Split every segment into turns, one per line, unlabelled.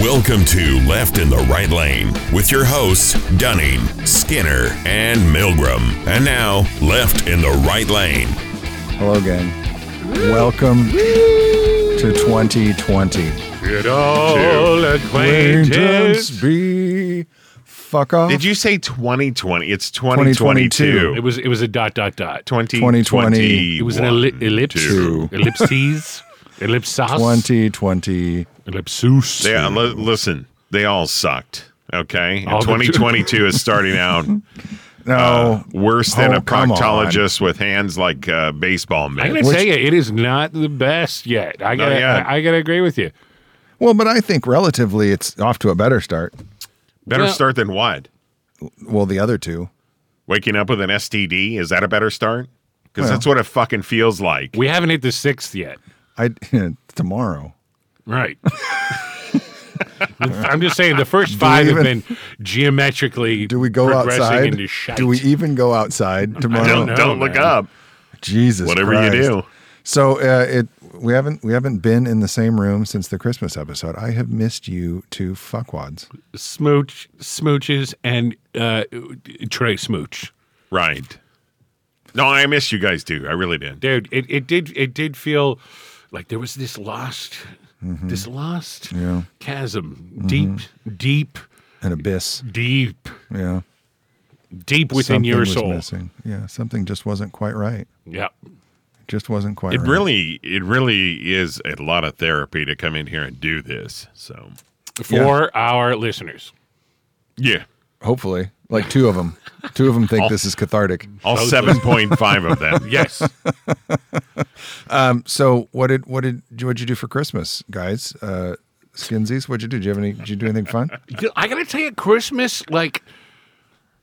Welcome to Left in the Right Lane with your hosts, Dunning, Skinner, and Milgram. And now, Left in the Right Lane.
Hello, gang. Welcome to 2020.
Good old
Acquaintance
acquaintance.
be fuck off.
Did you say 2020? It's 2022.
It was it was a dot dot dot.
2020.
It was an elli- ellipse.
two.
Ellipses. Ellipsos.
2020.
Ellipsus.
They, uh, li- listen, they all sucked. Okay. And
All the-
2022 is starting out
No.
uh, worse than
Oh,
a
come on.
proctologist with hands like uh, baseball
I
mitts.
gotta tell you, it is not the best yet. I gotta,
yet.
I, I gotta agree with you.
well, but I think relatively it's off to a better start.
Better
Well-
start than what?
Well, the other two.
Waking up with an STD? Is that a better start? Because
Well.
that's what it fucking feels like.
We haven't hit the sixth yet,
I tomorrow.
right? I'm just saying the first five have
even-
been geometrically.
Do we go
progressing
outside?
Into shite.
Do we even go outside tomorrow?
don't
know,
don't look
man.
up.
Jesus.
Whatever
Christ.
you do.
So uh, it we haven't we haven't been in the same room since the Christmas episode. I have missed you two fuckwads.
smooch smooches and uh, Trey smooch?
Right. No, I miss you guys too. I really did.
dude it, it did it did feel like there was this lost this lost chasm deep deep
An abyss.
deep
Yeah.
deep within
Something
your
was
soul
Missing. Yeah. Something just wasn't quite right.
yeah
It just wasn't quite
It
right.
really, it really is a lot of therapy to come in here and do this. So,
for our listeners
yeah,
Hopefully. Like two of them. two of them
Oh.
think this is cathartic.
all seven point five of them.
yes
Um, so what did what did what'd you do for Christmas, guys? Uh skinsies, what'd you do? Did you have any did you do anything fun?
You- i gotta tell you christmas like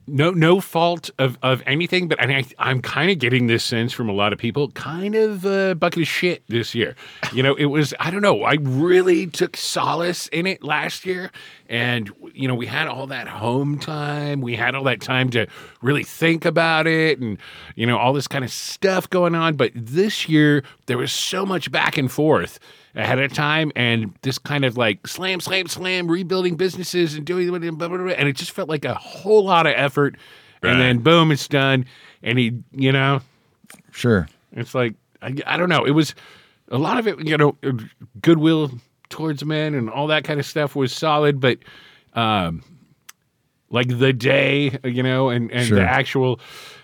no no fault of, of anything but I mean, I, i'm kind of getting this sense from a lot of people kind of a bucket of shit this year you know it was i don't know i really took solace in it last year and you know we had all that home time we had all that time to really think about it and you know all this kind of stuff going on but this year there was so much back and forth ahead of time and this kind of like slam slam slam rebuilding businesses and doing blah, blah, blah, blah, and it just felt like a whole lot of effort
Right.
and then boom it's done and he you know
Sure.
it's like I, I don't know it was a lot of it you know goodwill towards men and all that kind of stuff was solid but um like the day you know and and
Sure.
the actual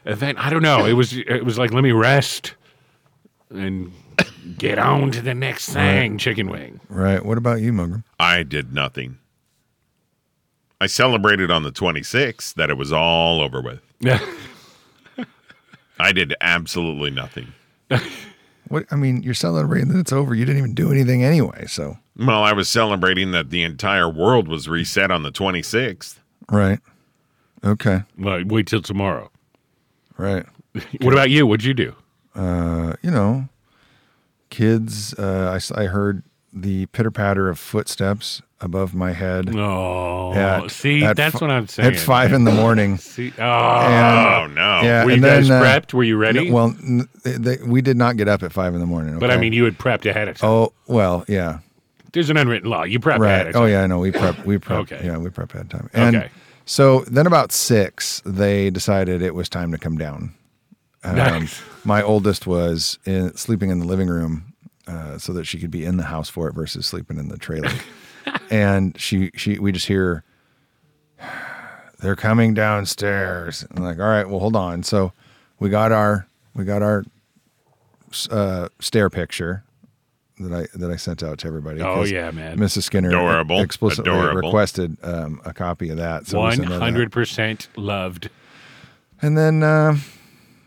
event i don't know it was it was like let me rest and get on to the next thing chicken wing
Right. What about you, Mungram?
I did nothing. I celebrated on the twenty sixth that it was all over with.
yeah
I did absolutely nothing.
What I mean, you're celebrating that it's over. You didn't even do anything anyway, so
Well, I was celebrating that the entire world was reset on the twenty sixth.
Right. Okay.
well, wait till tomorrow
Right.
what about you what'd you do
Uh, you know, kids. Uh, I s- I, heard the pitter patter of footsteps above my head.
oh
at-
see
at
that's
fi-
what i'm saying
At five in the morning.
see oh
And,
Oh no!
yeah,
were you
and
guys
then, uh,
prepped were you ready
well, n- they, they, we did not get up at five in the morning.
But I
okay?
mean, you had prepped ahead of time.
Oh well, yeah,
There's an unwritten law. You prepped
right.
ahead of
Oh
time.
yeah, I know. We prep. We prep.
Okay.
Yeah, we prep ahead of time. And
Okay.
so then about six, they decided it was time to come down.
Nice.
Um, my oldest was in, sleeping in the living room uh, so that she could be in the house for it versus sleeping in the trailer. and she she we just hear they're coming downstairs. And like, all right, well, hold on. So we got our we got our uh, stair picture that I that I sent out to everybody.
Oh,
'cause
yeah, man.
Mrs. Skinner
Adorable.
explicitly
Adorable.
requested um, a copy of that. So we
One
sent her that.
hundred percent loved.
And then uh,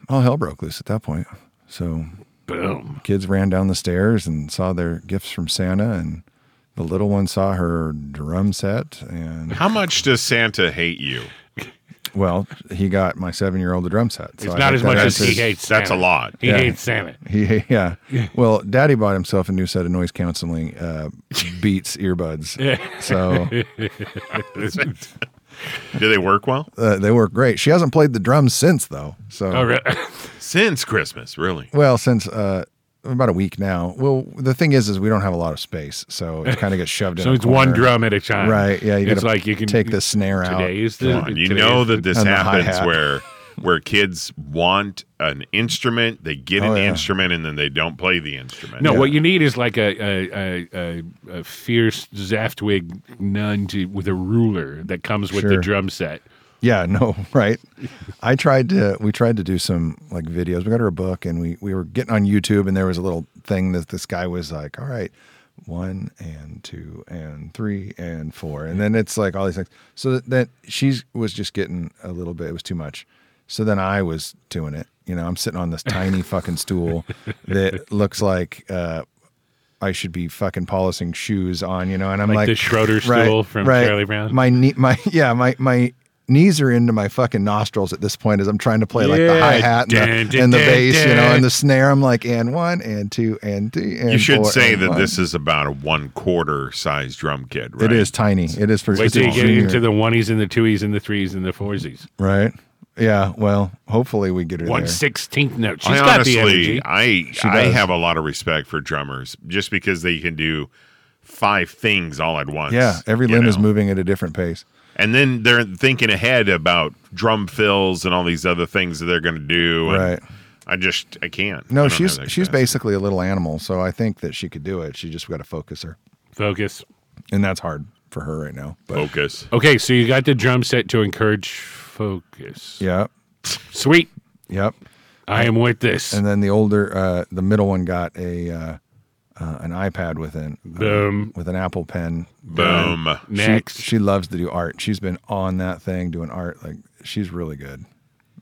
all hell broke loose at that point. So
Boom.
kids ran down the stairs and saw their gifts from Santa, and the little one saw her drum set. And
How much does Santa hate you?
well, he got my seven-year-old a drum set. So
It's
I
not
think
as
that
much as
answers-
he hates.
That's a
Santa.
lot.
He
Yeah.
hates Santa.
He, yeah. Well, Daddy bought himself a new set of noise canceling uh, Beats earbuds. So
Do they work well
uh, they work great. She hasn't played the drums since, though. So
Oh, really?
since Christmas? Really?
well, since uh, about a week now. Well, the thing is, is we don't have a lot of space, so it kind of gets shoved in.
So
a
it's one
corner.
drum at a time.
right? Yeah, you
it's
gotta
like you can
take the snare out.
Today is the
Come on, you
today
know
is
that this
And the
happens
hi-hat.
where where kids want an instrument, they get
Oh,
an
yeah.
instrument, and then they don't play the instrument.
No, what you need is like a a, a, a, a fierce Zaftwig nun to, with a ruler that comes with the
Sure.
drum set.
Yeah, no, right. I tried to. We tried to do some like videos. We got her a book, and we we were getting on YouTube, and there was a little thing that this guy was like, "All right, one and two and three and four, and then it's like all these things. So that, that she was just getting a little bit. It was too much. So then I was doing it. You know, I'm sitting on this tiny fucking stool that looks like uh, I should be fucking polishing shoes on. You know, and I'm
Like
like,
the Schroeder stool from Charlie Brown?
my knee, my yeah, my my knees are into my fucking nostrils at this point as I'm trying to play like
Yeah.
the hi hat and, the,
Dun, dun,
and the
dun,
bass, you know,
dun.
and the snare. I'm like, and one, and two, and three. And
you should
four,
say
and
that
one.
this is about a one quarter size drum kit. Right?
It is tiny. It is for
Wait
it's
till
a
you get
junior,
into the oneies and the twoies and the threes and the foursies.
right. Yeah. Well, hopefully we get her
One
there.
sixteenth note. She's
I
got the
honestly,
energy.
I I
does.
have a lot of respect for drummers just because they can do five things all at once.
Yeah. Every
you
limb is
know?
moving at a different pace.
and then they're thinking ahead about drum fills and all these other things that they're going to do. and
Right.
I just I can't. I
No,
don't have
she's
that
she's
capacity.
basically a little animal, so I think that she could do it. She just got to focus her,
Focus.
and that's hard for her right now. But
focus.
Okay, so you got the drum set to encourage focus.
yeah,
Sweet.
yep.
I am with this.
And then the older, uh, the middle one got a uh, uh, an iPad with an
Boom.
with an Apple Pen.
Boom.
She-
Next.
she, loves to do art. She's been on that thing doing art. Like she's really good.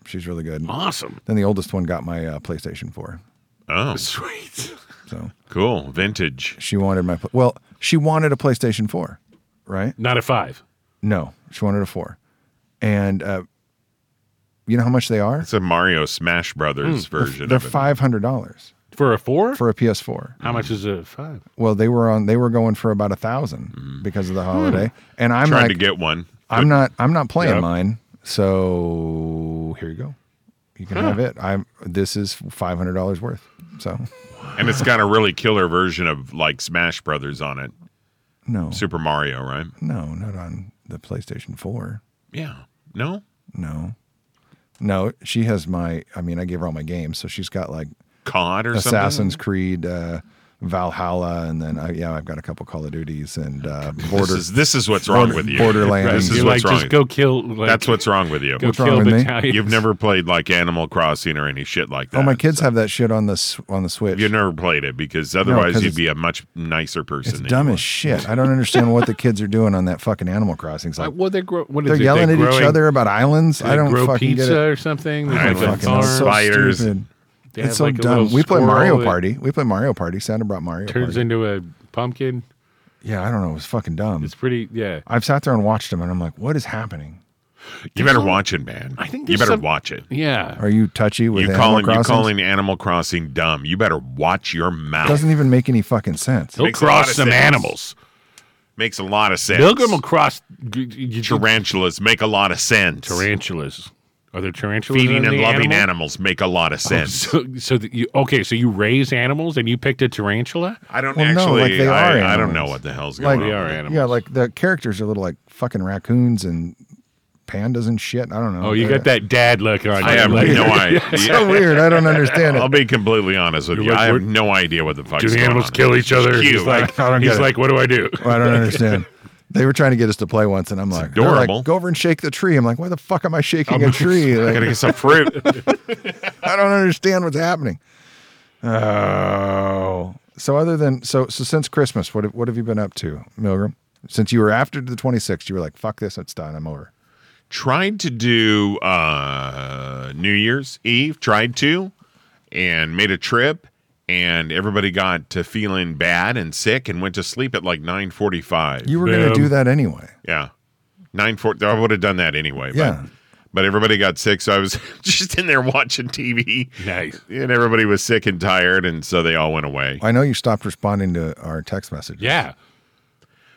She's really good.
awesome.
Then the oldest one got my uh, PlayStation Four.
Oh,
Sweet.
So
cool. Vintage.
she wanted my pla- well, she wanted a PlayStation Four, right?
Not a five.
No, she wanted a four. And uh, you know how much they are?
It's a Mario Smash Brothers version.
Hmm. They're
of it.
five hundred dollars
For a four?
for a PS4.
How much is a five?
Well, they were on. They were going for about a thousand because of the holiday. And I'm
Tried
like,
Mm. Hmm. to get one.
I'm not I'm not playing
Yep.
mine. So here you go. You can have it. I'm this is five hundred dollars worth. So
and it's got a really killer version of like Smash Brothers on it.
no.
Super Mario, right?
No, not on the PlayStation 4.
Yeah. No.
No. No, she has my I mean, I gave her all my games, so she's got like
COD or
Assassin's
something.
Creed, uh Valhalla, and then I, yeah, I've got a couple Call of Duties and uh, Border.
This is this is what's wrong
Border-
with you.
Borderlands.
This is
You're
what's
like,
wrong.
just go kill. Like,
That's what's wrong with you.
go
What's
kill
wrong with me?
battalions.
You've never played like Animal Crossing or any shit like that.
oh, my kids have that shit on the s- on the Switch.
You never played it because otherwise
'cause
you'd
it's-
be a much nicer person.
it's
than
dumb
you
as shit. I don't understand what the kids are doing on that fucking Animal Crossing. It's
Uh,
like
well, they're grow- what is
they're
it?
yelling at
growing-
each other about islands.
do
I
they
don't
grow
fucking
pizza
get it.
or something.
I
There's like a
fucking know.
farm.
It's so
Spiders.
stupid.
They
It's
have
so
like a little
dumb. We play
squirrel
Mario
that
Party. We play Mario Party. Santa brought Mario
Turns
Party.
into a pumpkin.
yeah, I don't know. It was fucking dumb.
It's pretty. Yeah.
I've sat there and watched them, and I'm like, what is happening?
are. You better watch it, man.
I think
you
there's
better
some-
watch it.
Yeah.
Are you touchy with
You
Animal
calling you
Crossing?
calling Animal Crossing dumb? You better watch your mouth.
Doesn't even make any fucking sense.
He'll
Makes a lot
cross
of
some
sense.
animals.
Makes a lot of sense.
Pilgrim will cross g- g- g-
Tarantulas make a lot of sense.
tarantulas. Are there tarantulas?
Feeding
in
and
the
loving
animal?
animals make a lot
Oh,
of sense.
So, so that you okay? So you raise animals and you picked a tarantula.
I don't
Well, no,
actually.
like they are
I, I don't know
animals.
what the hell's
Like,
going
They
on.
are animals.
yeah, like the characters are little like fucking raccoons and pandas and shit. I don't know.
Oh, you
They're-
got that dad look on.
I
you,
have
like,
no idea.
So weird. I don't understand
I'll
it.
be completely honest with
You're
you.
like,
I have
we're-
no idea what the fuck.
Do the animals kill each other?
It's
He's
cute.
like,
I don't get
he's
it.
like, what do I do?
I don't understand. They were trying to get us to play once, and I'm like, they're like,
adorable.
Go over and shake the tree. I'm like, why the fuck am I shaking a tree?
I
Like,
gotta get some fruit.
I don't understand what's happening. Oh, so other than so so since Christmas, what have, what have you been up to, Milgram? Since you were after the 26th, you were like, "Fuck this, it's done, I'm over."
tried to do uh New Year's Eve, tried to, and made a trip, and everybody got to feeling bad and sick and went to sleep at like nine forty five.
You were going to
Bam.
do that anyway.
Yeah. Nine forty I would have done that anyway,
Yeah.
but but everybody got sick, so I was just in there watching TV.
Nice.
And everybody was sick and tired, and so they all went away.
I know you stopped responding to our text messages.
Yeah.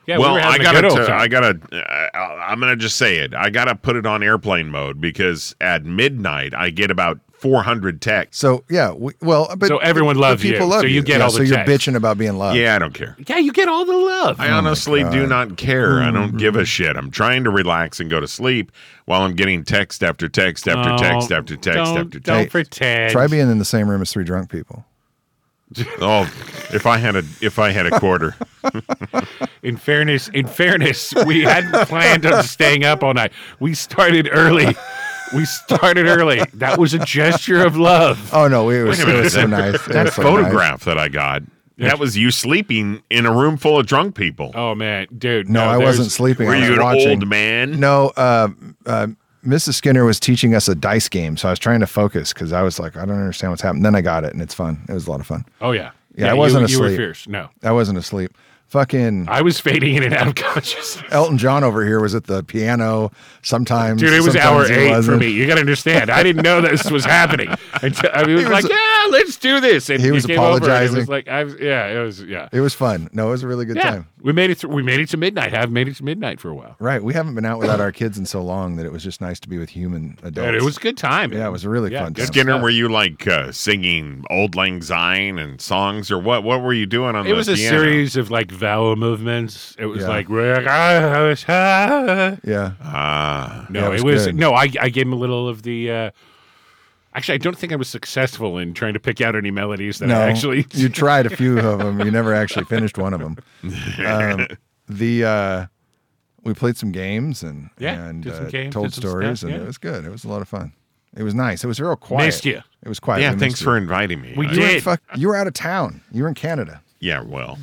Yeah.
well,
we were
I
having a
gotta,
good old
t-
time.
I gotta, uh, I'm gonna just say it. I gotta put it on airplane mode because at midnight I get about 400 texts.
So yeah, we, well, but
So everyone
but
loves
people
you,
love
so you get
Yeah,
all
so
the
you're
texts.
bitching about being loved.
Yeah, I don't care.
Yeah, you get all the love.
Uh, I honestly do not care. I don't give a shit. I'm trying to relax and go to sleep while I'm getting text after text after
Don't-
text after text
don't-
after
Don't
text.
pretend.
Try being in the same room as three drunk people.
Oh, if I had a if I had a quarter.
In fairness, in fairness, we hadn't planned on staying up all night. We started early. We started early. That was a gesture of love.
Oh no, it was,
Wait a
it
minute,
was so
that-
nice. It
That
was so nice.
photograph that I got, that was you sleeping in a room full of drunk people.
Oh man, dude.
No, I
there's-
wasn't sleeping.
Were
I was
you an
watching.
old man?
No, uh, uh, Mrs. Skinner was teaching us a dice game, so I was trying to focus because I was like, I don't understand what's happening. Then I got it, and it's fun. It was a lot of fun.
Oh yeah.
Yeah, I wasn't
you, you were
asleep.
fierce. No,
I wasn't asleep. Fucking
I was fading in and out of consciousness.
Elton John over here was at the piano sometimes.
Dude, it was hour
sometimes he
eight for
wasn't.
me. You got to understand. I didn't know this was happening. Until, I mean, it was,
was-
like, yeah, let's do this. And
he was
came over and It
apologizing.
was like, I've, yeah, it was, yeah.
It was fun. No, it was a really good
yeah.
time.
We made it. Through, we made it to midnight. I've made it to midnight for a while.
Right. We haven't been out without our kids in so long that it was just nice to be with human adults.
And it was a good time.
Yeah, it was a really
Yeah,
fun
good
time.
Skinner, were you like uh, singing old lang syne and songs, or what? What were you doing on?
It
the
was a
piano?
series of like vowel movements. It was
Yeah.
like "Rick, I was high."
Yeah.
Ah,
no,
Yeah,
it
it
was,
was good.
no. I I gave him a little of the. Uh, actually, I don't think I was successful in trying to pick out any melodies that
No,
I actually.
you tried a few of them. You never actually finished one of them. Um, the uh, we played some games and
Yeah,
and
did some
uh,
games,
told
did some stuff,
stories, and
yeah.
it was good. It was a lot of fun. It was nice. It was real quiet.
Missed you.
It was quiet.
yeah.
We
Thanks
missed
for
you.
inviting me.
We
I-
You were, in
did.
fuck, you were out of town. You were in Canada.
Yeah, well,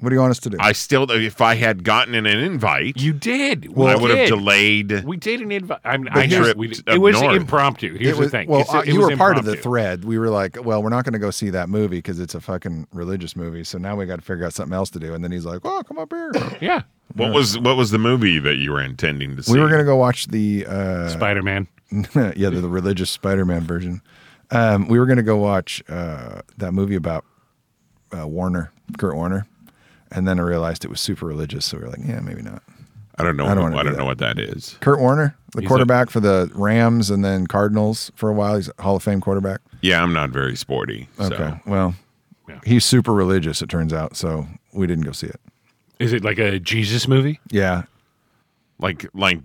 What do you want us to do?
I still. If I had gotten an invite,
You did.
I
we
would have
did.
delayed.
We did an invite. I, mean, I
The
know
trip
we did.
up
it was
north.
impromptu.
it
Here's
was,
the thing.
well,
It's-
uh,
it
you
was
were part of the
impromptu.
thread. We were like, well, we're not going to go see that movie because it's a fucking religious movie. So now we got to figure out something else to do. And then he's like, well, come up here.
Yeah,
What was what was the movie that you were intending to see?
we were going to go watch the uh,
Spider Man.
yeah, the, the religious Spider-Man version. Um, we were going to go watch uh, that movie about uh, Warner, Kurt Warner, and then I realized it was super religious, so we were like, yeah, maybe not.
I don't know.
I
I
don't
don't,
wanna do
know
that.
what that is.
Kurt Warner, the
He's
quarterback for the Rams and then Cardinals for a while. He's a Hall of Fame quarterback.
Yeah, I'm not very sporty. So.
Okay, well,
Yeah.
he's super religious. It turns out, so we didn't go see it.
Is it like a Jesus movie?
Yeah,
Like like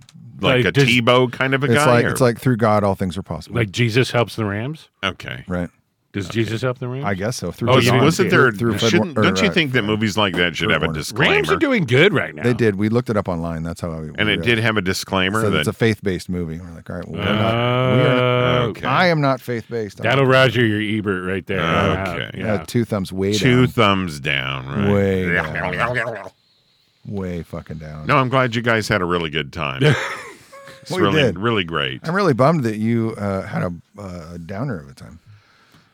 like
Like,
a
does-
Tebow kind of a
it's
guy.
like
or-
it's like through God all things are possible.
Like Jesus helps the Rams?
okay.
right?
Does Jesus help the Rams?
I guess so. Through
Oh,
God,
you
So
didn't
wasn't
see it.
there?
Through Fred
shouldn't,
Warner-
don't you
or,
think that
uh,
movies like that should
Fred
have a
Warner.
Rams
disclaimer?
are doing good right now.
They did. We looked it up online. That's how I
and it did have a disclaimer
So
that
it's a faith-based movie. We're like, all right, well, we're not, Oh, we are,
Uh,
Okay.
I am not faith-based. I'm-
That'll Roger your Ebert right there.
Okay.
I had
Yeah.
two thumbs way
two
down,
thumbs down. Right?
Way way fucking down.
No, I'm glad you guys had a really good time. It's
We
really,
did.
really great.
I'm really bummed that you uh, had a uh, downer of a time.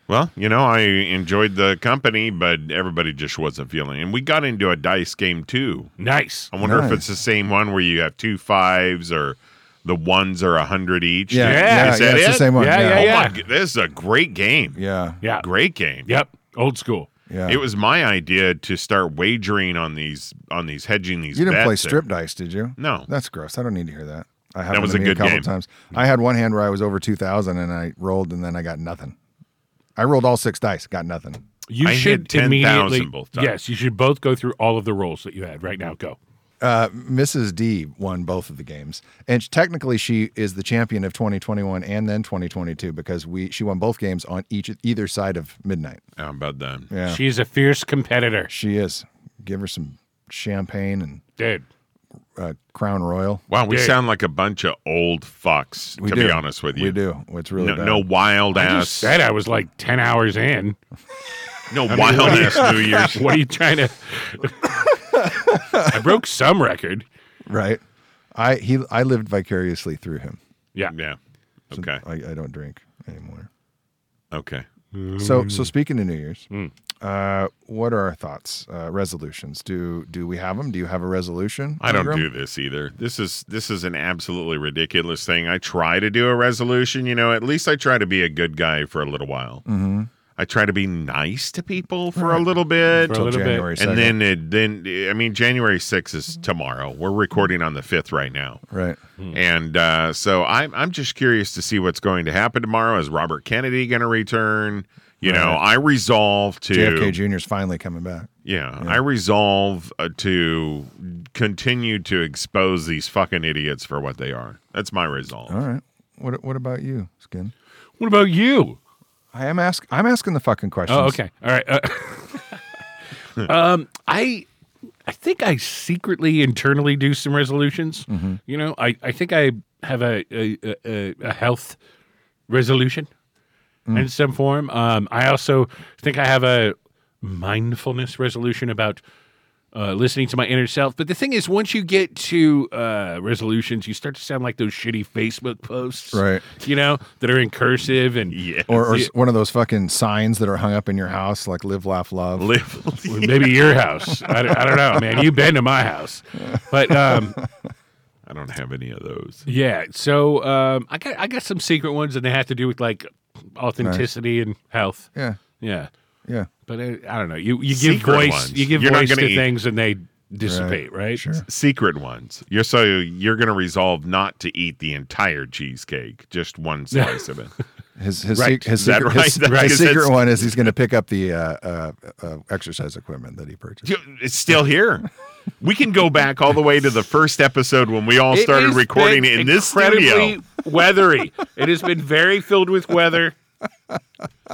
Well, you know, I enjoyed the company, but everybody just wasn't feeling. And we got into a dice game too.
Nice.
I wonder if
Nice.
it's the same one where you have two fives or the ones are a hundred each.
Yeah,
yeah,
yeah,
is that
it's
it?
the same one.
Yeah,
Yeah,
yeah,
yeah,
Oh
yeah.
my g- this is a great game.
Yeah.
great game.
Yep. Old school.
It was my idea to start wagering on these on these hedging these.
you didn't play
bets.
strip dice, did you?
No.
that's gross. I don't need to hear that. I had
That
one
was
to
a
me
good
couple
game.
times. I had one hand where I was over two thousand, and I rolled, and then I got nothing. I rolled all six dice, got nothing.
You
I
should
hit 10,000
immediately.
both times.
yes, you should both go through all of the roles that you had right now. Go.
Mrs. D won both of the games, and she- technically she is the champion of 2021 and then 2022 because we she won both games on each either side of midnight.
How about that?
Yeah, she,
She's a fierce competitor.
is. Give her some champagne and
Dude.
uh, Crown Royal.
Wow, we
Yeah.
sound like a bunch of old fucks.
We
to
do.
be honest with you,
we do. It's really
No,
bad.
no wild
I
ass,
just said I was like 10 hours in.
no wild ass New Year's.
What are you trying to? I broke some record.
right. I he I lived vicariously through him.
Yeah.
Yeah. Okay.
I, I don't drink anymore.
Okay.
So so speaking of New Year's,
Hmm.
uh, what are our thoughts? Uh, resolutions? Do do we have them? Do you have a resolution?
I don't
Ingram?
do this either. This is this is an absolutely ridiculous
Mm-hmm.
thing. I try to do a resolution, you know, at least I try to be a good guy for a little while. I try to be nice to people for a little bit.
For a
Till
little bit.
January 2nd.
and then, it, then I mean, January 6th is tomorrow. We're recording on the 5th right now.
right.
And uh, so I'm I'm just curious to see what's going to happen tomorrow. Is Robert Kennedy going to return? You know, I resolve to
JFK Jr. is finally coming back.
yeah, I resolve uh, to continue to expose these fucking idiots for what they are. That's my resolve.
All right. What What about you, Skin?
What about you?
I am ask. I'm asking the fucking questions.
Oh, okay. All right. Uh, um, I I think I secretly internally do some resolutions.
Mm-hmm.
You know, I, I think I have a a, a, a health resolution
Mm.
in some form. Um, I also think I have a mindfulness resolution about uh, listening to my inner self. But the thing is, once you get to uh, resolutions, you start to sound like those shitty Facebook posts,
Right.
You know, that are in cursive and
Yeah.
Or, or s- one of those fucking signs that are hung up in your house, like "Live, Laugh, Love."
Live.
Well, maybe your house. I, don't- I don't know, man. You've been to my house, but um,
I don't have any of those.
yeah. So um, I got I got some secret ones, and they have to do with like authenticity and health.
yeah,
Yeah,
yeah.
but uh, I don't know. You you give
Secret
voice
ones.
you give
You're not
voice
gonna
to
eat.
things, and they dissipate, right?
Sure.
Secret ones. You're so you're going to resolve not to eat the entire cheesecake, just one slice of it.
His his, sec-
Right.
his
Is that
secret,
right?
his,
That's
his
because
secret
that's-
one is he's going to pick up the uh, uh, uh, exercise equipment that he purchased.
Yo, It's still here. We can go back all the way to the first episode when we all
It
started
has
recording
been
in this
incredibly
studio,
Weathery. It has been very filled with weather.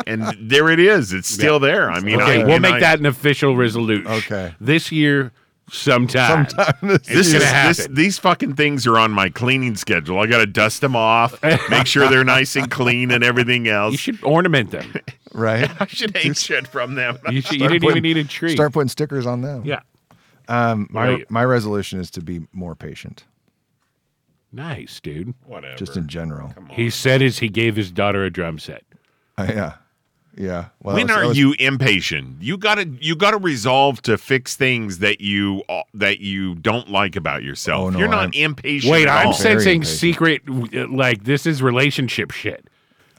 and there it is. It's still there. I mean,
Okay,
I-
we'll
and
make
I-
that an official resolution.
Okay.
this year, sometime.
This
gonna
is this,
happen.
these fucking things are on my cleaning schedule. I gotta dust them off, make sure they're nice and clean and everything
You
else.
should ornament them.
right.
I should hate shit from them.
You, should, you didn't even
putting-
need a tree.
Start putting stickers on them.
yeah.
Um, My
Right.
my resolution is to be more patient,
Nice, dude.
Whatever.
just in general.
He said as he gave his daughter a drum set.
Uh, yeah, yeah. Well, I
when
was- I
are
was-
you impatient? You gotta you gotta resolve to fix things that you uh, that you don't like about yourself.
Oh, no,
You're not
I'm-
impatient.
Wait,
at
I'm
all.
saying-
sensing
impatient.
secret, uh, like this is relationship shit.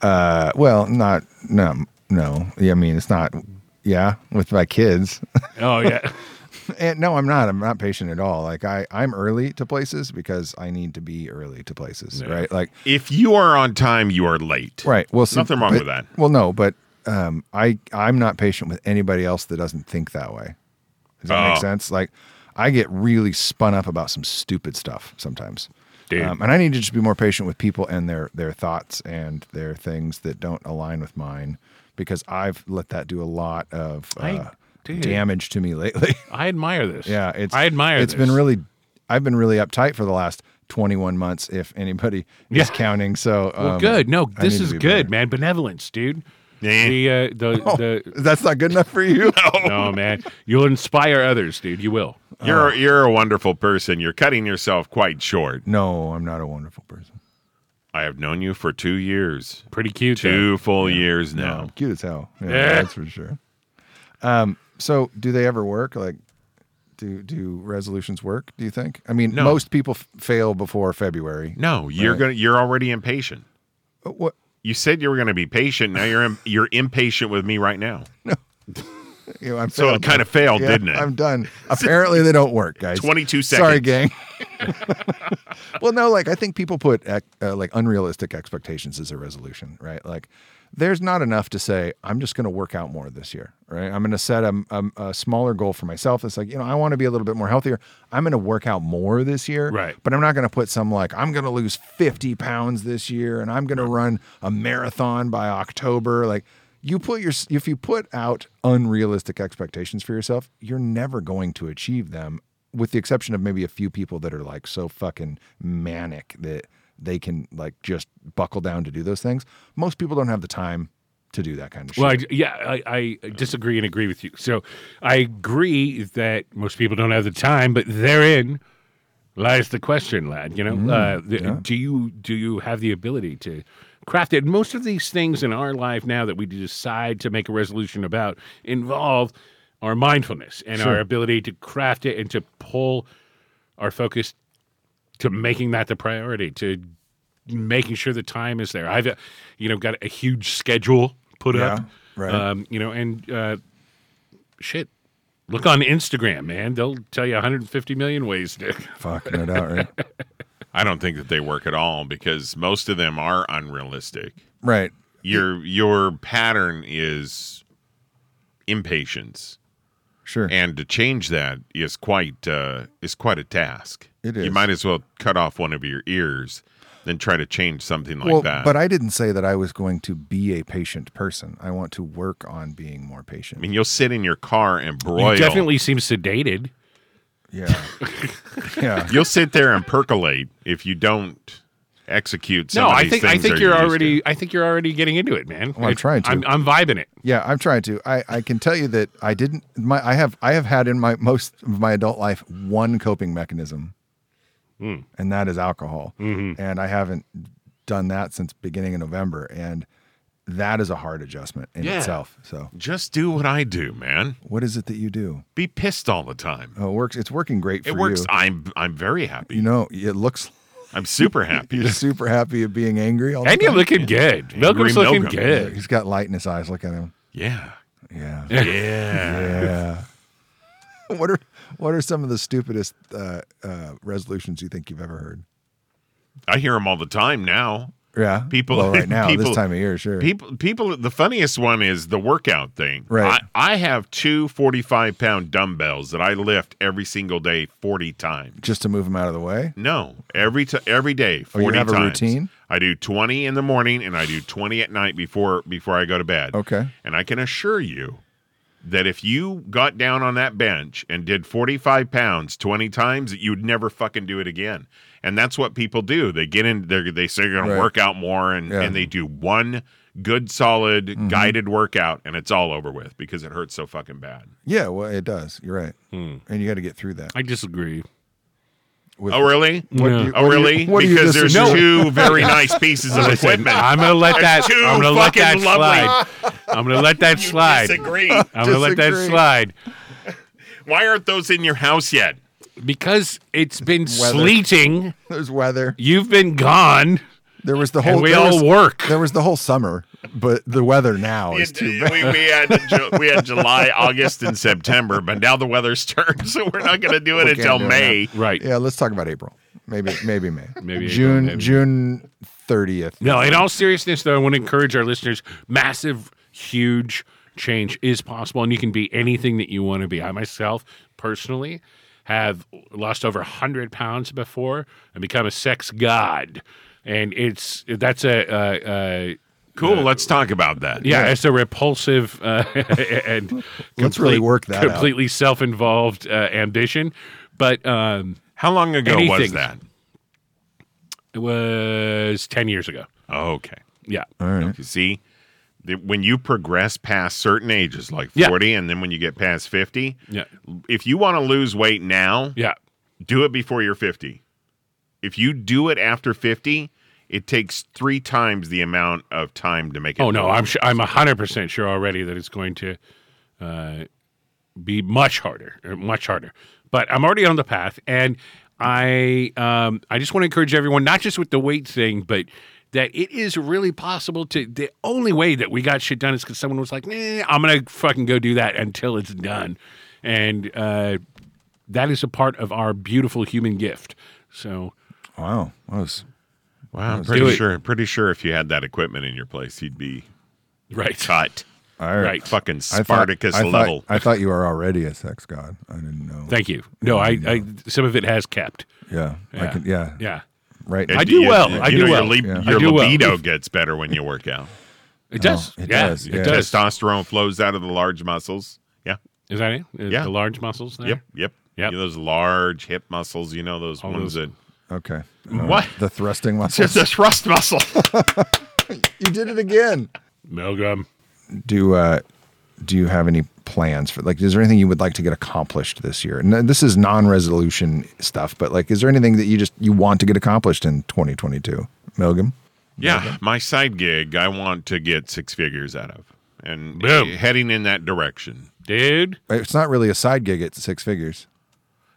Uh, well, not no no. Yeah, I mean, it's not. Yeah, with my kids.
Oh, yeah.
And no, I'm not. I'm not patient at all. Like I, I'm early to places because I need to be early to places, right? Like,
if you are on time, you are late.
right. Well, see,
Nothing wrong
but-
with that.
Well, no, but um, I, I'm not patient with anybody else that doesn't think that way. Does that
Oh.
make sense? Like, I get really spun up about some stupid stuff sometimes, Um,
Dude.
and I need to just be more patient with people and their their thoughts and their things that don't align with mine, because I've let that do a lot of
I-
uh,
dude.
damage to me lately.
I admire this.
Yeah, it's
I admire
It's
It's
been really I've been really uptight for the last 21 months if anybody
Yeah.
is counting. So
well,
um,
good. No,
I
this
need to
is
be
good,
better.
man. Benevolence, dude.
Nah.
The, uh, the, the,
That's not good enough for you.
no, man. You'll inspire others, dude. You will.
Oh.
You're you're a wonderful person. You're cutting yourself quite short.
no, I'm not a wonderful person.
I have known you for two years.
Pretty cute. though.
Two full years now.
I'm cute as hell. Yeah,
Yeah.
that's for sure. Um so do they ever work like do do resolutions work, do you think? I mean,
No.
most people f- fail before February.
No, you're
Right.
gonna you're already impatient.
Uh, What
You said you were gonna be patient. Now you're im- you're impatient with me right now.
you know, I'm
So it kind of failed,
Yeah,
didn't it?
I'm done. Apparently, they don't work, guys.
22
Sorry,
seconds.
gang. well, no, like I think people put ec- uh, like unrealistic expectations as a resolution, right? Like, there's not enough to say I'm just going to work out more this year, right? I'm going to set a, a, a smaller goal for myself. It's like you know I want to be a little bit more healthier. I'm going to work out more this year,
Right.
But I'm not going to put some like I'm going to lose 50 pounds this year and I'm going to run a marathon by October, like. You put your if you put out unrealistic expectations for yourself, you're never going to achieve them with the exception of maybe a few people that are like so fucking manic that they can like just buckle down to do those things. Most people don't have the time to do that kind of shit.
Well, I, yeah, I, I disagree and agree with you. So I agree that most people don't have the time, but therein lies the question, lad. You know, uh, the, do you do you have the ability to craft it? Most of these things in our life now that we decide to make a resolution about involve our mindfulness and our ability to craft it and to pull our focus to making that the priority to making sure the time is there i've uh, you know got a huge schedule put up
Right.
Um, you know, and uh, shit, look on Instagram, man. They'll tell you 150 million ways to.
Fuck, no doubt, right?
I don't think that they work at all because most of them are unrealistic.
Right.
Your your pattern is impatience,
Sure.
and to change that is quite uh, is quite a task.
It
You
is.
might as well cut off one of your ears than try to change something like
well,
that.
but I didn't say that I was going to be a patient person. I want to work on being more patient.
I mean, you'll sit in your car and broil.
You definitely seem sedated.
yeah. yeah.
You'll sit there and percolate if you don't execute. Some
no,
of
I
these
think I
things
think
that
you're
used
already
to.
I think you're already getting into it, man.
Well, I'm
It-
trying to.
I'm, I'm vibing it.
Yeah, I'm trying to. I, I can tell you that I didn't my I have I have had in my most of my adult life one coping mechanism.
Hmm.
And that is alcohol.
Mm-hmm.
And I haven't done that since beginning of November and that is a hard adjustment in
Yeah.
itself. So,
Just do what I do, man.
what is it that you do?
Be pissed all the time.
Oh, it works. It's working great for
It works.
you.
I'm I'm very happy.
You know, it looks
I'm super happy.
you're super happy at being angry all the
And
time.
you're looking good. Milgram's
Angry
looking
Milgram.
Yeah,
good.
He's got light in his eyes. Look at him.
Yeah.
Yeah.
Yeah.
Yeah. what are what are some of the stupidest uh, uh, resolutions you think you've ever heard?
I hear them all the time now.
Yeah.
People-
well, right now,
people-
this time of year, sure.
People people the funniest one is the workout thing.
Right.
I, I have two 45 pound dumbbells that I lift every single day 40 times.
Just to move them out of the way.
No, every t- every day,
Oh, you
forty
have a
times.
routine?
I do twenty in the morning and I do twenty at night before before I go to bed.
Okay.
And I can assure you that if you got down on that bench and did forty five pounds twenty times, that you'd never fucking do it again. And that's what people do. They get in. They they say they're going
Right.
to work out more, and
Yeah. Mm-hmm.
and they do one good solid guided workout, and it's all over with because it hurts so fucking bad.
Yeah. Well, it does. You're right. And you got to get through that.
I disagree.
With
Oh really?
No.
do you-
Oh
do you-
really?
what do you
because there's
disagree-
two very nice pieces of
Listen,
equipment.
I'm gonna let that.
too
I'm gonna let
fucking
that slide.
lovely.
I'm gonna let that slide.
Disagree.
I'm gonna let that
Disagree.
slide
Why aren't those in your house yet?
because it's been sleeting.
There's weather.
You've been gone,
There was the whole.
and we
there
all
was,
work.
There was the whole summer, but the weather now is
It-
too
we, we had Ju- we had July, August, and September, but now the weather's turned, so we're not going to do it
can't
until
do it
May.
Right.
Yeah, let's talk about April. Maybe, maybe May.
Maybe April,
June.
maybe.
June thirtieth.
No, in all seriousness, though, I want to encourage our listeners massive, huge change is possible, and you can be anything that you want to be. I myself, personally, have lost over 100 pounds before and become a sex god. And it's that's a, uh, uh,
Cool. Let's talk about that.
yeah, it's a repulsive uh, and
Let's really work that out.
completely self involved uh, ambition. But um,
How long ago was
Anything.
that?
it was 10 years ago.
Oh, okay.
Yeah.
All right.
You see, the, when you progress past certain ages, like
Yeah.
forty, and then when you get past fifty,
Yeah.
if you want to lose weight now,
Yeah.
do it before you're 50. If you do it after 50, it takes three times the amount of time to make it.
Oh no,
work.
I'm sure, I'm hundred percent sure already that it's going to uh, be much harder, or much harder. But I'm already on the path, and I um, I just want to encourage everyone, not just with the weight thing, but that it is really possible to. The only way that we got shit done is because someone was like, nah, "I'm gonna fucking go do that until it's done," and uh, that is a part of our beautiful human gift. So
Wow. That was
Wow, I'm
do
pretty
it.
sure. Pretty sure if you had that equipment in your place, you'd be
right,
cut.
all right.
right.
Fucking
I thought-
Spartacus
I thought,
level.
I thought you were already a sex god. I didn't know.
Thank you. No, I, I some of it has kept.
yeah, I
Yeah.
can, yeah,
Yeah.
Right.
It-
I do
you-
well.
you
I
know,
do
your
well.
lib-
Yeah.
I
Your
do well.
libido gets better when you work out.
It does.
Oh,
it
yeah,
does, yeah.
It does.
Testosterone flows out of the large muscles. Yeah.
Is that it? Is
Yeah.
The large muscles there?
Yep. Yep.
Yep.
You know, those large hip muscles. You know those ones
those-
that.
okay.
What?
The thrusting muscles.
Just the thrust muscle.
you did it again.
Milgram.
Do uh, do you have any plans for like? Is there anything you would like to get accomplished this year? And this is non-resolution stuff, but like, is there anything that you just you want to get accomplished in 2022, Milgram?
Yeah, my side gig I want to get six figures out of, and
Boom.
heading in that direction.
Dude.
It's not really a side gig; it's six figures.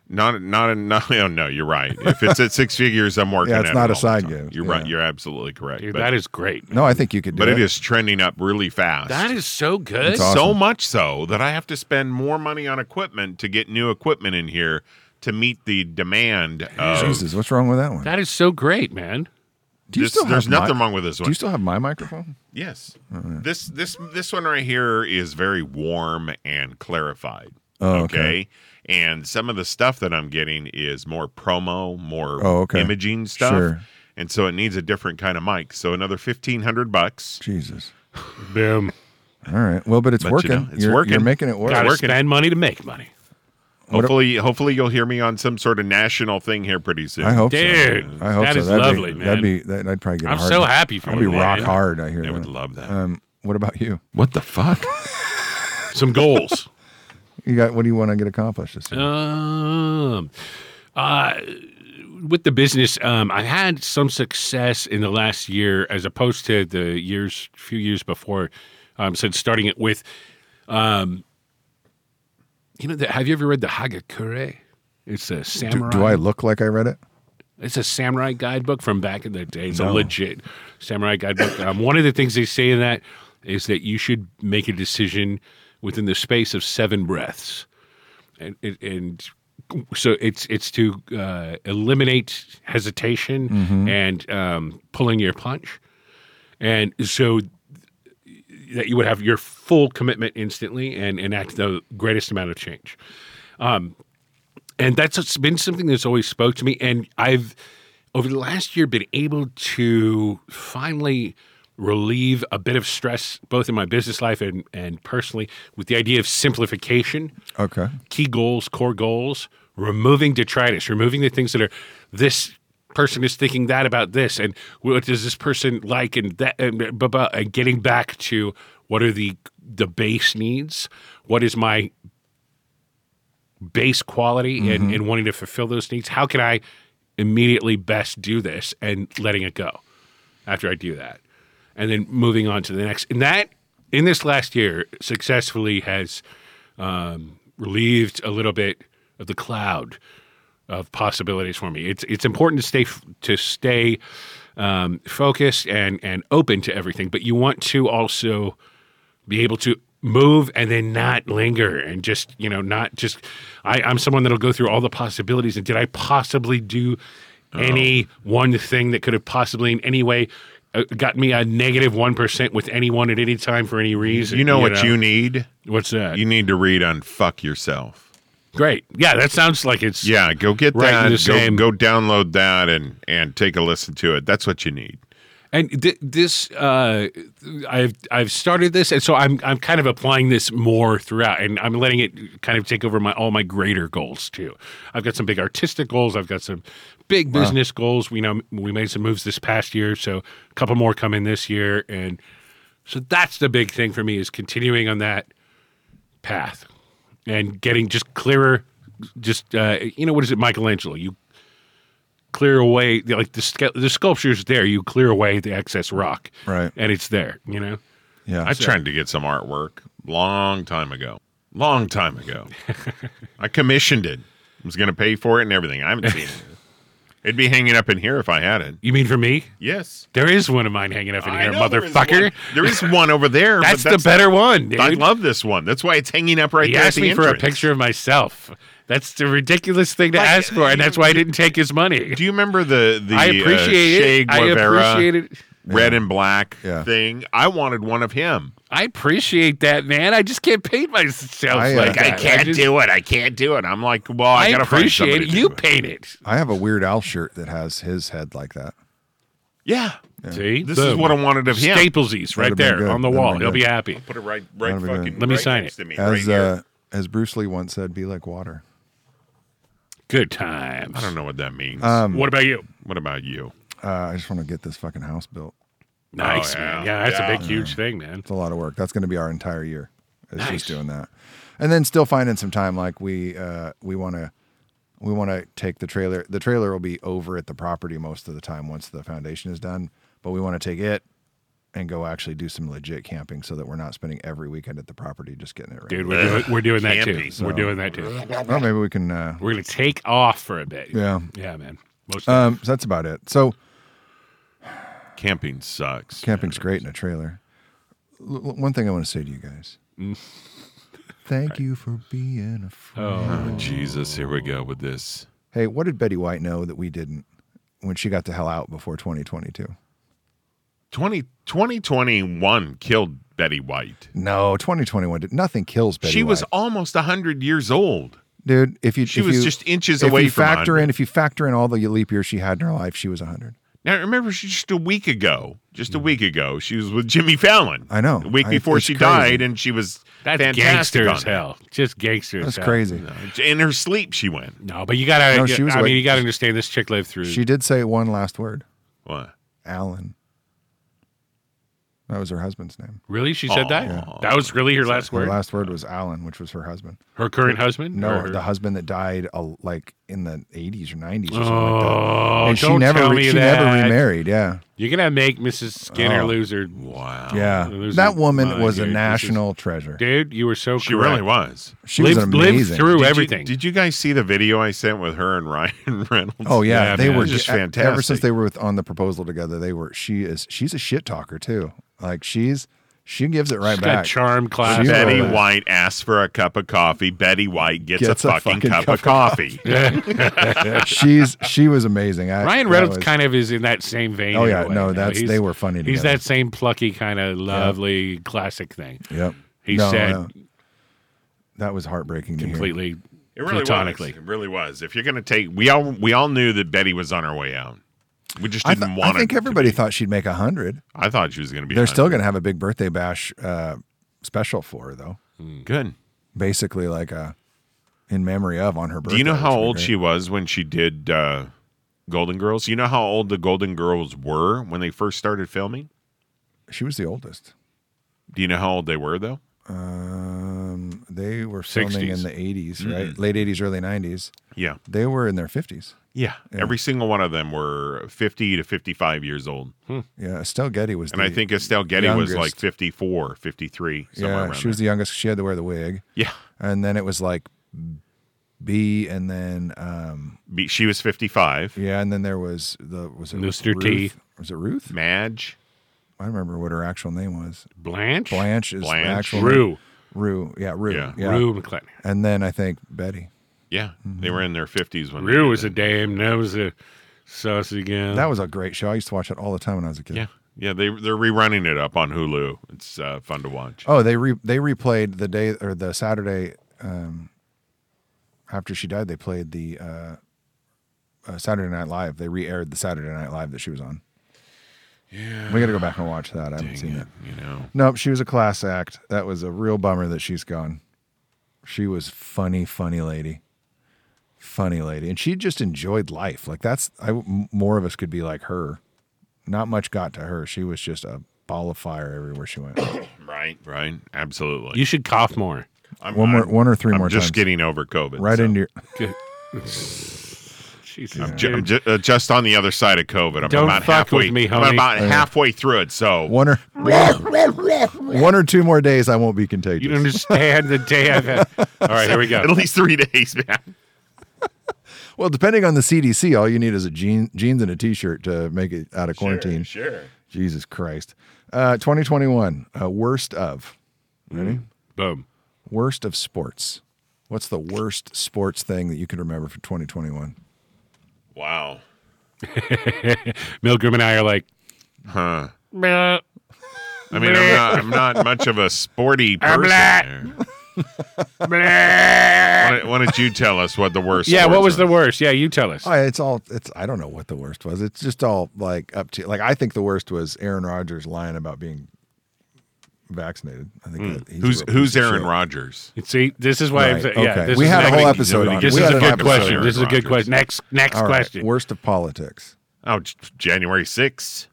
Not not enough. No, no, you're right. If it's at six figures, I'm working.
Yeah, it's
at
not
it
a
all the
side
time.
gig,
You're
yeah.
right. You're absolutely correct.
Dude,
but
that is great.
No, I think you could do
but
it.
it is trending up really fast.
That is so good.
It's awesome.
so much so that I have to spend more money on equipment to get new equipment in here to meet the demand. Of,
Jesus, what's wrong with that one?
That is so great, man.
do you
this-
still
there's
have my-
nothing wrong with this one.
Do you still Oh, have my microphone?
yes, this this this one right here is very warm and clarified.
Oh,
okay. And some of the stuff that I'm getting is more promo, more
Oh, okay.
imaging stuff.
Sure.
And so it needs a different kind of mic. So another fifteen hundred bucks.
Jesus.
Boom.
All right. Well, but it's
But you
working.
know, it's
you're,
working.
You're making it work.
Gotta
working.
spend money to make money.
Hopefully, hopefully you'll hear me on some sort of national thing here pretty soon.
I hope
Dude,
so. I hope
that
so.
is
that'd
lovely,
be,
man.
That'd be. That, I'd probably get. a
I'm
hard
so
one.
happy for
I'd be
you, man.
rock hard. I hear
I would
that.
love that.
Um, what about you?
what the fuck?
Some goals.
You got what do you want to get accomplished this
Uh,
year?
Um, uh, with the business, um, I had some success in the last year, as opposed to the years, few years before. Um, since starting it with, um, you know, the, have you ever read the Hagakure? It's a
do,
samurai.
do I look like I read it?
It's a samurai guidebook from back in the day. It's a legit samurai guidebook. um, one of the things they say in that is that you should make a decision within the space of seven breaths, and and, and so it's it's to uh, eliminate hesitation and um, pulling your punch, and so that you would have your full commitment instantly and enact the greatest amount of change and that's it's been something that's always spoke to me and i've over the last year been able to finally relieve a bit of stress both in my business life and, and personally with the idea of simplification
Okay.
key goals core goals removing detritus removing the things that are this person is thinking that about this and what does this person like and that and, blah, blah, and getting back to what are the the base needs what is my base quality and, and wanting to fulfill those needs. How can I immediately best do this and letting it go after I do that? And then moving on to the next. And that, in this last year, successfully has um, relieved a little bit of the cloud of possibilities for me. It's it's important to stay f- to stay um, focused and and open to everything, but you want to also be able to move and then not linger and just you know not just I, i'm someone that'll go through all the possibilities and did i possibly do
Oh.
any one thing that could have possibly in any way uh, got me a negative 1% with anyone at any time for any reason
you know what you need?
what's that
You need to read on fuck yourself.
great yeah that sounds like it's
Yeah, go get
Right,
that.
the
Go,
same.
go download that and and take a listen to it. That's what you need.
And th- this, uh, I've I've started this, and so I'm I'm kind of applying this more throughout, and I'm letting it kind of take over my all my greater goals too. I've got some big artistic goals. I've got some big business goals. We know we made some moves this past year, so a couple more coming this year, and so that's the big thing for me is continuing on that path and getting just clearer. Just uh, you know, what is it, Michelangelo? You clear away like the scu- the sculpture's there. You clear away the excess rock,
Right.
And it's there. You know,
Yeah.
I tried to get some artwork long time ago. Long time ago. I commissioned it. I was going to pay for it and everything. I haven't seen it. It'd be hanging up in here if I had it.
you mean for me?
Yes.
There is one of mine hanging up in
I
here,
know there is one-
motherfucker.
There is one, over there.
That's,
but
the better one.
I
dude.
love this one. That's why it's hanging up right
He
there. at
asked
the
me for a
entrance.
picture of myself. That's the ridiculous thing to
Like,
ask for, and
you-
that's why I didn't take his money.
Do you remember the the
I
uh,
appreciate
Che
it. I
Guevara
appreciate it.
red and black
Yeah.
thing? I wanted one of him.
I appreciate that, man. I just can't paint myself
I, uh,
like that. just-
it. I can't do it. I'm like, well,
I,
gotta find
appreciate
somebody
it.
to
You
do it.
paint it.
I have a Weird Al shirt that has his head like that.
Yeah,
See,
this is what I wanted of him.
Staplesies right
That'd been
there
good.
on the
That'd
wall.
been
He'll be
good.
happy.
Put it right, right
That'd be
fucking.
good.
Let me
right
sign
next
it.
To me, right
As
here.
uh, as Bruce Lee once said, "Be like water."
Good times.
I don't know Oh, what that means.
um,
What about you?
what about you?
Uh, I just want to get this fucking house built.
Nice,
yeah.
man. Yeah, that's
Yeah.
a big, huge thing, man.
It's a lot of work. That's going to be our entire year. It's just doing that, and then still finding some time. Like we uh, we want to we want to take the trailer. The trailer will be over at the property most of the time once the foundation is done. But we want to take it and go actually do some legit camping so that we're not spending every weekend at the property just getting it right.
Dude, we're doing, we're doing that
Can't
too.
be.
We're doing that too.
Well, maybe we can. Uh,
We're gonna take off for a bit.
yeah.
yeah, man. Most
Um, so that's about it. So
Camping sucks.
camping's great in a trailer. L- l- one thing I want to say to you guys. Thank you for being a friend.
Oh, Jesus, here we go with this.
Hey, what did Betty White know that we didn't when she got the hell out before 2022?
20, 2021 killed Betty White.
No, 2021 did nothing kills Betty.
she was
White.
almost 100 years old.
dude. If you
She
if
was
you-
just inches
if
away
you
from
factor
100.
in if you factor in all the leap years she had in her life, she was 100.
Now, remember, she just a week ago, just a week ago, she was with Jimmy Fallon.
Hmm. I know.
The week
I-
before
it's
she
crazy.
died, and she was
that's
fantastic
gangster
on
as hell. Just gangster.
That's
as hell.
crazy.
it. In her sleep, she went.
No, but you gotta.
No, she was
I
like-
mean, you gotta understand this chick lived through.
She did say one last word,
What?
Alan. That was her husband's name.
really, she said that.
Aw.
That was really her last
Her
word.
last word was Alan, which was her husband.
her current husband.
No,
Or her-
the husband that died uh, like in the 80s or 90s or something like that.
Oh,
and she
don't
never
tell
re-
me
she
that.
never remarried. Yeah.
You're gonna make Mrs. Skinner
Oh.
lose her.
Wow.
Yeah,
Oh, losing
that woman
mind,
was a
dude. This is-
national treasure.
Dude, you were so.
She
correct.
really was.
She
lived,
was amazing.
lived through
Did you-
everything.
did you guys see the video I sent with her and Ryan Reynolds?
Oh yeah,
Yeah,
they
man.
were
Just
e-
fantastic.
Ever since they were with on the proposal together, they were. She is. She's a shit talker too. Like she's. She gives it right
She's
back.
got charm class.
She
Betty
was.
White asks for a cup of coffee. Betty White gets,
Gets
a, fucking cup, of coffee.
she's. She was amazing. I,
Ryan
that
Reynolds
was-
kind of is in that same vein.
Oh,
in a
yeah,
way,
no,
you know,
that's-
he's-
they were funny
He's
together.
that same plucky kind of lovely classic thing.
Yep.
He
No,
said
no. That was heartronically
completely
It really
platonically.
was. It really was. If you're gonna take, we all we all knew that Betty was on her way out. We just
I,
didn't
th-
want.
I think
her to
everybody
be.
thought she'd make a hundred.
I thought she was gonna be.
They're still
100.
going to have a big birthday bash uh, special for her though.
good.
Basically, like a in memory of on her birthday.
Do you know
which would
how
be
old
great.
she was when she did uh, Golden Girls? You know how old the Golden Girls were when they first started filming?
She was the oldest.
Do you know how old they were though?
Um, they were filming
60s.
in the 80s, right?
Mm-hmm.
Late 80s, early 90s.
Yeah,
They were in their 50s.
yeah. Every single one of them were 50 to 55 years old,
Yeah, Estelle Getty was.
and
the,
I think Estelle Getty was like
Hmm. youngest.
54, 53, somewhere
yeah,
around
she was
there.
the youngest. She had to wear the wig,
yeah,
and then it was like B, and then um,
Be- she was 55.
yeah, and then there was the was it
Mr. T.
Ruth? Was it Ruth?
Madge,
I don't remember what her actual name was.
Blanche,
Blanche is
Blanche?
the actual name.
Rue,
Rue, yeah, Rue,
Yeah.
yeah.
Rue McClendon.
And then I think Betty.
yeah,
Mm-hmm.
they were in their 50s when they
Rue
did
was
that.
a dame. That was a saucy gal.
That was a great show. I used to watch it all the time when I was a kid.
Yeah, yeah. They they're rerunning it up on Hulu. It's uh, fun to watch.
Oh, they re- they replayed the day or the Saturday um, after she died. They played the uh, uh, Saturday Night Live. They re-aired the Saturday Night Live that she was on. Yeah, we got to go back and watch that. I haven't seen it.
You know,
Nope, she was a class act. That was a real bummer that she's gone. She was funny, funny lady, funny lady, and she just enjoyed life. Like that's I m- more of us could be like her. Not much got to her. She was just a ball of fire everywhere she went.
right, right, absolutely.
you should cough more.
I'm,
One more,
I'm-
one or 3
I'm
more
just
times.
getting over COVID.
right
so.
into your.
Jesus,
Ju- I'm
dude.
ju- uh, just on the other side of COVID. I'm
Don't
about
fuck with
halfway.
me,
I'm
homie.
about halfway through it. So
Oh, one or one or two more days, I won't be contagious.
you don't understand the day I've had. All right, here we go.
at least three days, man.
well, depending on the CDC, all you need is a jean, jeans and a t-shirt to make it out of quarantine.
Sure.
Jesus Christ, uh, 2021, uh, worst of
Boom.
worst of sports. What's the worst sports thing that you could remember for 2021?
Wow.
Milgram and I are like,
Huh.
"Bleh."
I mean, I'm not, I'm not much of a sporty person.
black.
there.
Bleh.
Why, don't- why don't you tell us what the worst?
yeah. What
sports
was the
are?
worst? Yeah, you tell us.
Oh, yeah, it's all it's. I don't know what the worst was. It's just all like up to like I think the worst was Aaron Rodgers lying about being vaccinated. I think that he's a
Hmm. Who's
real piece
Who's
of
Aaron
shit.
Rodgers?
See, this is why. I'm
Right,
saying, yeah,
okay.
this
We
is
had a
making-
whole episode on it.
This
We
is
had
a
an
good
episode
question.
on
This is a
Rodgers.
good question. Next, next
All right,
question.
worst of politics.
Oh, j- January sixth.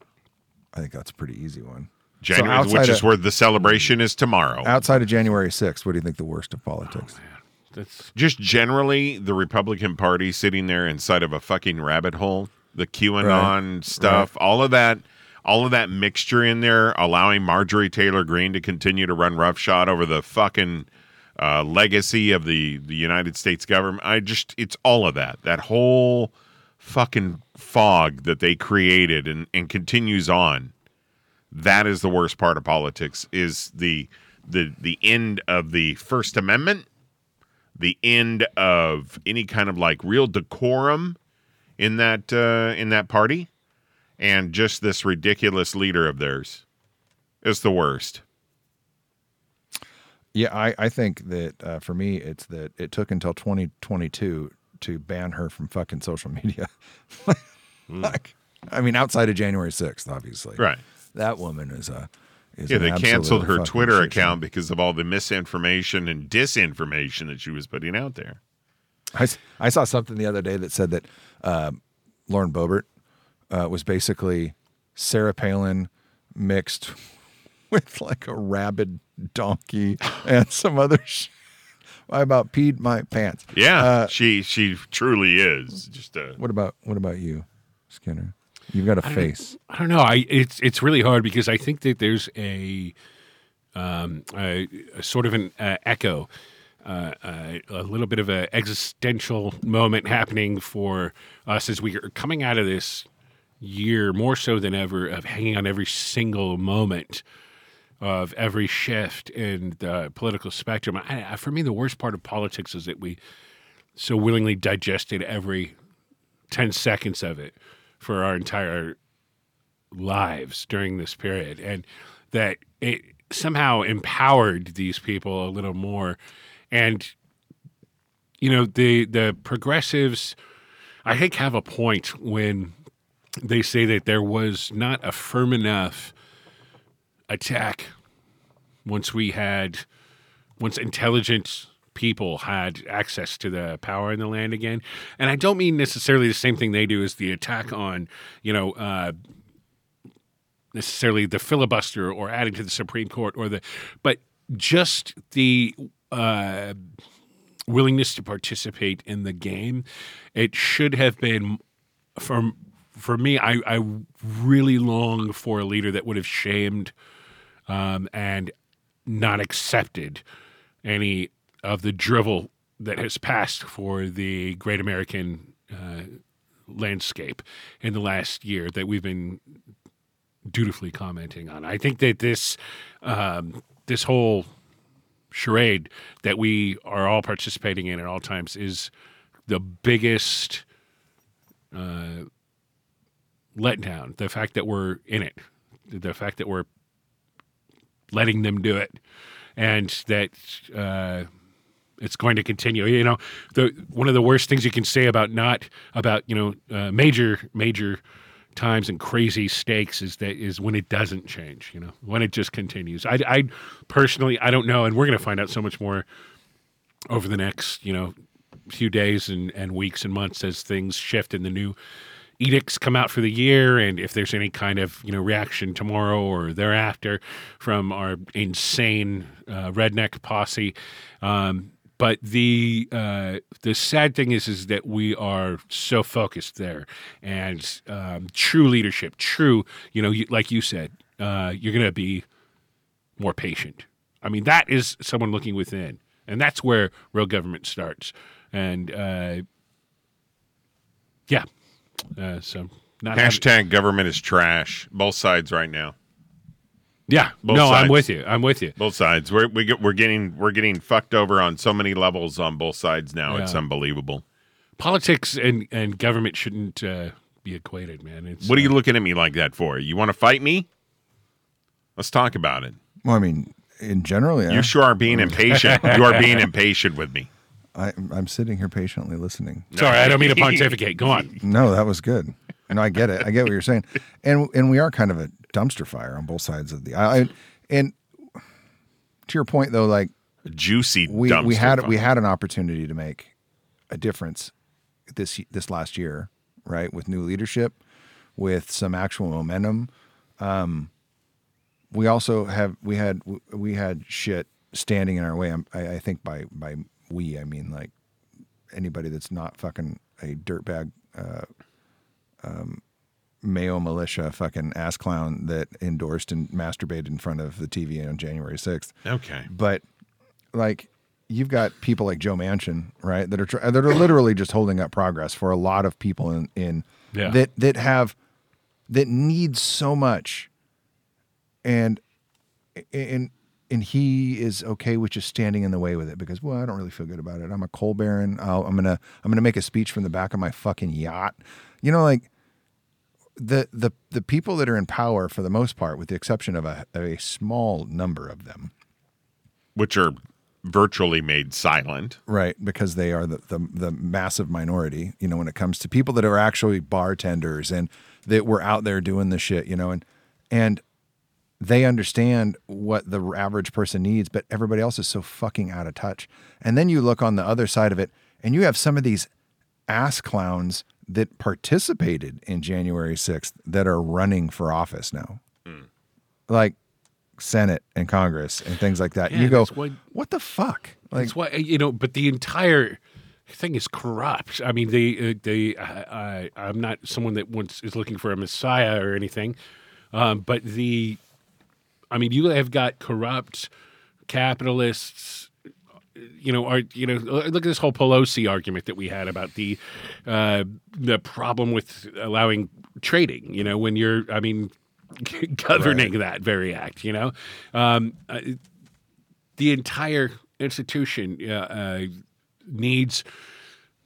I think that's a pretty easy one.
January,
outside
which
of-
is where the celebration is tomorrow.
Outside of January 6th, what do you think the worst of politics?
Oh,
That's
Just generally, the Republican Party sitting there inside of a fucking rabbit hole, the QAnon stuff, all of that. all of that mixture in there, allowing Marjorie Taylor Greene to continue to run roughshod over the fucking uh, legacy of the the United States government. I just, it's all of that. That whole fucking fog that they created and, and continues on. That is the worst part of politics. Is the the the end of the First Amendment the end of any kind of like real decorum in that uh, in that party, and just this ridiculous leader of theirs. It's the worst.
Yeah, I, I think that uh, for me, it's that it took until 2022 to ban her from fucking social media. Like, I mean, outside of January 6th, obviously.
Hmm. Right.
That woman is a. Is
Yeah,
an
they
absolute
canceled her
fucking
Twitter
shit show.
account because of all the misinformation and disinformation that she was putting out there.
I, s- I saw something the other day that said that um Lauren Boebert uh, was basically Sarah Palin mixed with like a rabid donkey and some other shit. I about peed my pants.
Yeah, she she truly is just a
What about what about you, Skinner? You've got a face.
I don't know. I it's it's really hard because I think that there's a um, a, a sort of an uh, echo, uh, uh, a little bit of an existential moment happening for us as we are coming out of this year more so than ever of hanging on every single moment of every shift in the political spectrum. I, I, for me, the worst part of politics is that we so willingly digested every 10 seconds of it for our entire lives during this period and that it somehow empowered these people a little more and you know the the progressives i think have a point when they say that there was not a firm enough attack once we had once intelligent people had access to the power in the land again and i don't mean necessarily the same thing they do as the attack on you know uh, necessarily the filibuster or adding to the Supreme Court or the, but just the uh, willingness to participate in the game. It should have been for for me. I, I really long for a leader that would have shamed um, and not accepted any of the drivel that has passed for the great American. Uh, landscape in the last year that we've been dutifully commenting on. I think that this um, this whole charade that we are all participating in at all times is the biggest uh, letdown. The fact that we're in it, the fact that we're letting them do it, and that. Uh, it's going to continue. You know, the one of the worst things you can say about not about you know uh, major major times and crazy stakes is that is when it doesn't change. You know, when it just continues. I, I personally I don't know, and we're going to find out so much more over the next you know few days and, and weeks and months as things shift and the new edicts come out for the year and if there's any kind of you know reaction tomorrow or thereafter from our insane uh, redneck posse um, but the uh, the sad thing is is that we are so focused there and um, true leadership true you know you, like you said uh, you're gonna be more patient. I mean, that is someone looking within, and that's where real government starts. And uh, yeah, uh, so not having-
hashtag government is trash. Both sides right now.
yeah.
both
No, I'm
sides.
with you. I'm with you.
Both sides. We're we get, we're getting we're getting fucked over on so many levels on both sides now. It's
Yeah.
unbelievable.
Politics and and government shouldn't uh, be equated, man. It's
What are you looking at me like that for? You want to fight me? Let's talk about it.
Well, I mean, in general, yeah.
You sure are being impatient. you are being impatient with me.
I, I'm sitting here patiently listening.
Sorry, I don't mean to pontificate. Go on.
No, that was good. No, I get it. I get what you're saying, and and we are kind of a dumpster fire on both sides of the aisle. And to your point, though, like
Juicy
we
dumpster
we had
fire.
we had an opportunity to make a difference this this last year, right? With new leadership, with some actual momentum. Um, we also have we had we had shit standing in our way. I'm- I, I think by by we I mean like anybody that's not fucking a dirtbag uh, um, Mayo militia fucking ass clown that endorsed and masturbated in front of the TV on January 6th.
Okay.
But like you've got people like Joe Manchin, right, that are tr- that are literally just holding up progress for a lot of people in in
Yeah.
that that have that need so much, and and and he is okay with just standing in the way with it because well I don't really feel good about it. I'm a coal baron. I'll, I'm gonna I'm gonna make a speech from the back of my fucking yacht. You know, like the the the people that are in power for the most part, with the exception of a, a small number of them,
Which are virtually made silent.
right because they are the, the the massive minority you know when it comes to people that are actually bartenders and that were out there doing the shit you know and and they understand what the average person needs but everybody else is so fucking out of touch and then you look on the other side of it and you have some of these ass clowns that participated in January 6th that are running for office now like senate and congress and things like that
Yeah,
you go
that's why-
what the fuck like
That's why eh, you know, but the entire thing is corrupt. I mean, they uh, they I, I I'm not someone that wants is looking for a messiah or anything, um, but the I mean, you have got corrupt capitalists. You know, are you know? Look at this whole Pelosi argument that we had about the uh, the problem with allowing trading. You know, when you're, I mean, governing that very act. You know, um, uh, the entire institution uh, uh, needs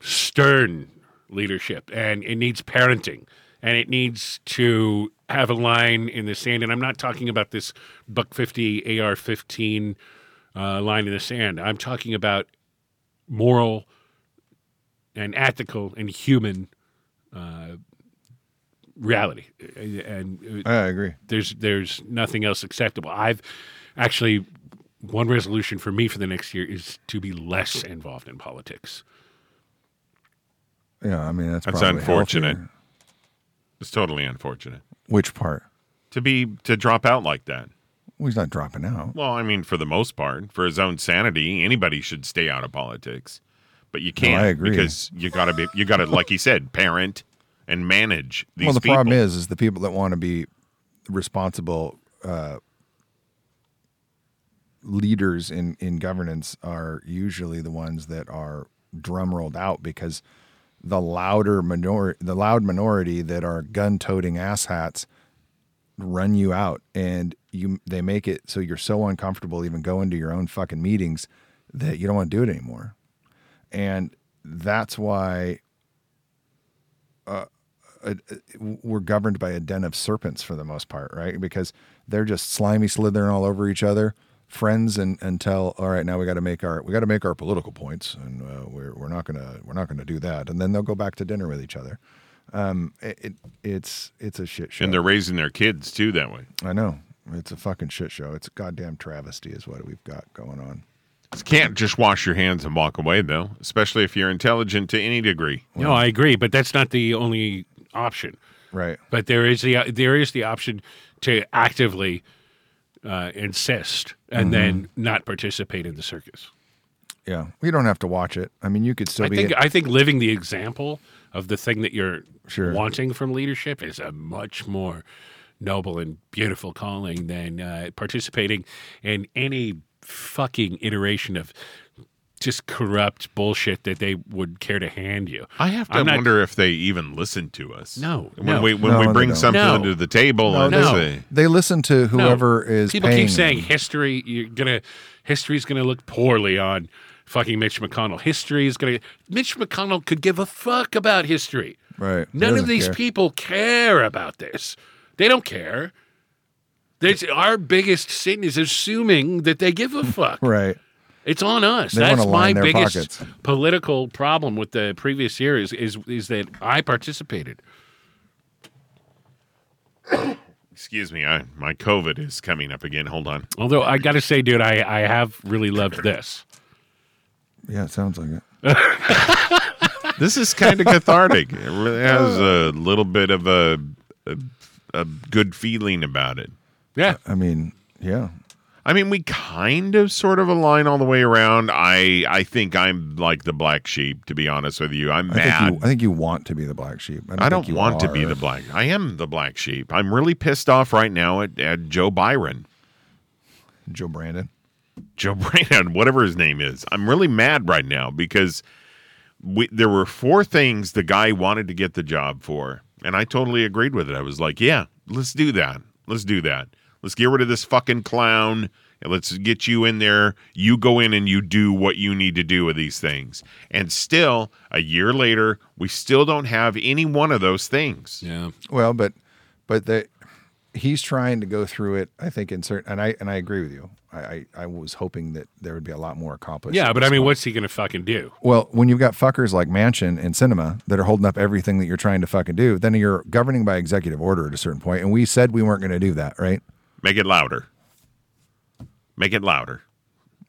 stern leadership and it needs parenting and it needs to have a line in the sand. And I'm not talking about this buck 50 AR 15 uh, line in the sand. I'm talking about moral and ethical and human uh, reality. And uh,
I agree.
there's there's nothing else acceptable. I've actually one resolution for me for the next year is to be less involved in politics.
Yeah, I mean that's
That's
probably
unfortunate.
healthier.
It's totally unfortunate
Which part?
to be to drop out like that.
Well, he's not dropping out.
Well, I mean, for the most part, for his own sanity, anybody should stay out of politics. But you
I
can't
agree.
because you gotta be you gotta like he said, parent and manage these
Well, the
people.
problem is, is the people that want to be responsible uh, leaders in in governance are usually the ones that are drumrolled out because the louder minor the loud minority that are gun toting asshats run you out and you they make it so you're so uncomfortable even going to your own fucking meetings that you don't want to do it anymore and that's why uh, we're governed by a den of serpents for the most part, right? Because they're just slimy slithering all over each other, friends, and until all right, now we got to make our we got to make our political points, and uh, we're we're not gonna we're not gonna do that, and then they'll go back to dinner with each other. Um, it, it it's it's a shit show.
and they're raising their kids too that way.
I know it's a fucking shit show. It's a goddamn travesty, is what we've got going on.
You can't just wash your hands and walk away though, especially if you're intelligent to any degree.
no, I agree, but that's not the only option.
Right.
But there is the there is the option to actively uh, insist and then not participate in the circus.
Yeah. We don't have to watch it. I mean, you could still
I
be.
think I think living the example of the thing that you're
Sure.
wanting from leadership is a much more noble and beautiful calling than uh, participating in any fucking iteration of just corrupt bullshit that they would care to hand you.
I have to
I'm not-
wonder if they even listen to us.
No,
When
no.
we when
No,
we
they
bring
don't.
something
No.
to the table and
no.
they-
they listen to
No,
whoever is
people
paying
keep saying
them.
history. You're gonna history's gonna look poorly on fucking Mitch McConnell. History is gonna Mitch McConnell could give a fuck about history.
Right. He
None of
doesn't
these
care.
people care about this. They don't care. There's, our biggest sin is assuming that they give a fuck.
Right.
It's on us.
They
That's
wanna
my
line their
biggest
pockets.
political problem with the previous year is, is is that I participated.
excuse me, I my COVID is coming up again. Hold on.
Although I got to say, dude, I, I have really loved this.
Yeah, it sounds like it.
This is kind of cathartic. It really has a little bit of a, a a good feeling about it.
Uh,
Yeah.
I mean, yeah.
I mean, we kind of sort of align all the way around. I I think I'm like the black sheep, to be honest with you. I'm
I think,
mad.
you, I think you want to be the black sheep.
I
think
don't
you
want to be
are.
the black. I am the black sheep. I'm really pissed off right now at, at Joe Byron,
Joe Brandon.
Joe Byron, whatever his name is. I'm really mad right now because we, there were four things the guy wanted to get the job for, and I totally agreed with it. I was like, "Yeah, let's do that. Let's do that. Let's get rid of this fucking clown." and Let's get you in there. You go in and you do what you need to do with these things. And still, a year later, we still don't have any one of those things.
Yeah.
Well, but but the he's trying to go through it. I think in certain and I and I agree with you. I I, I was hoping that there would be a lot more accomplished.
Yeah, but I mean, what's he going to fucking do?
Well, when you've got fuckers like Mansion and Cinema that are holding up everything that you're trying to fucking do, then you're governing by executive order at a certain point. And we said we weren't going to do that, right?
Make it louder. Make it louder.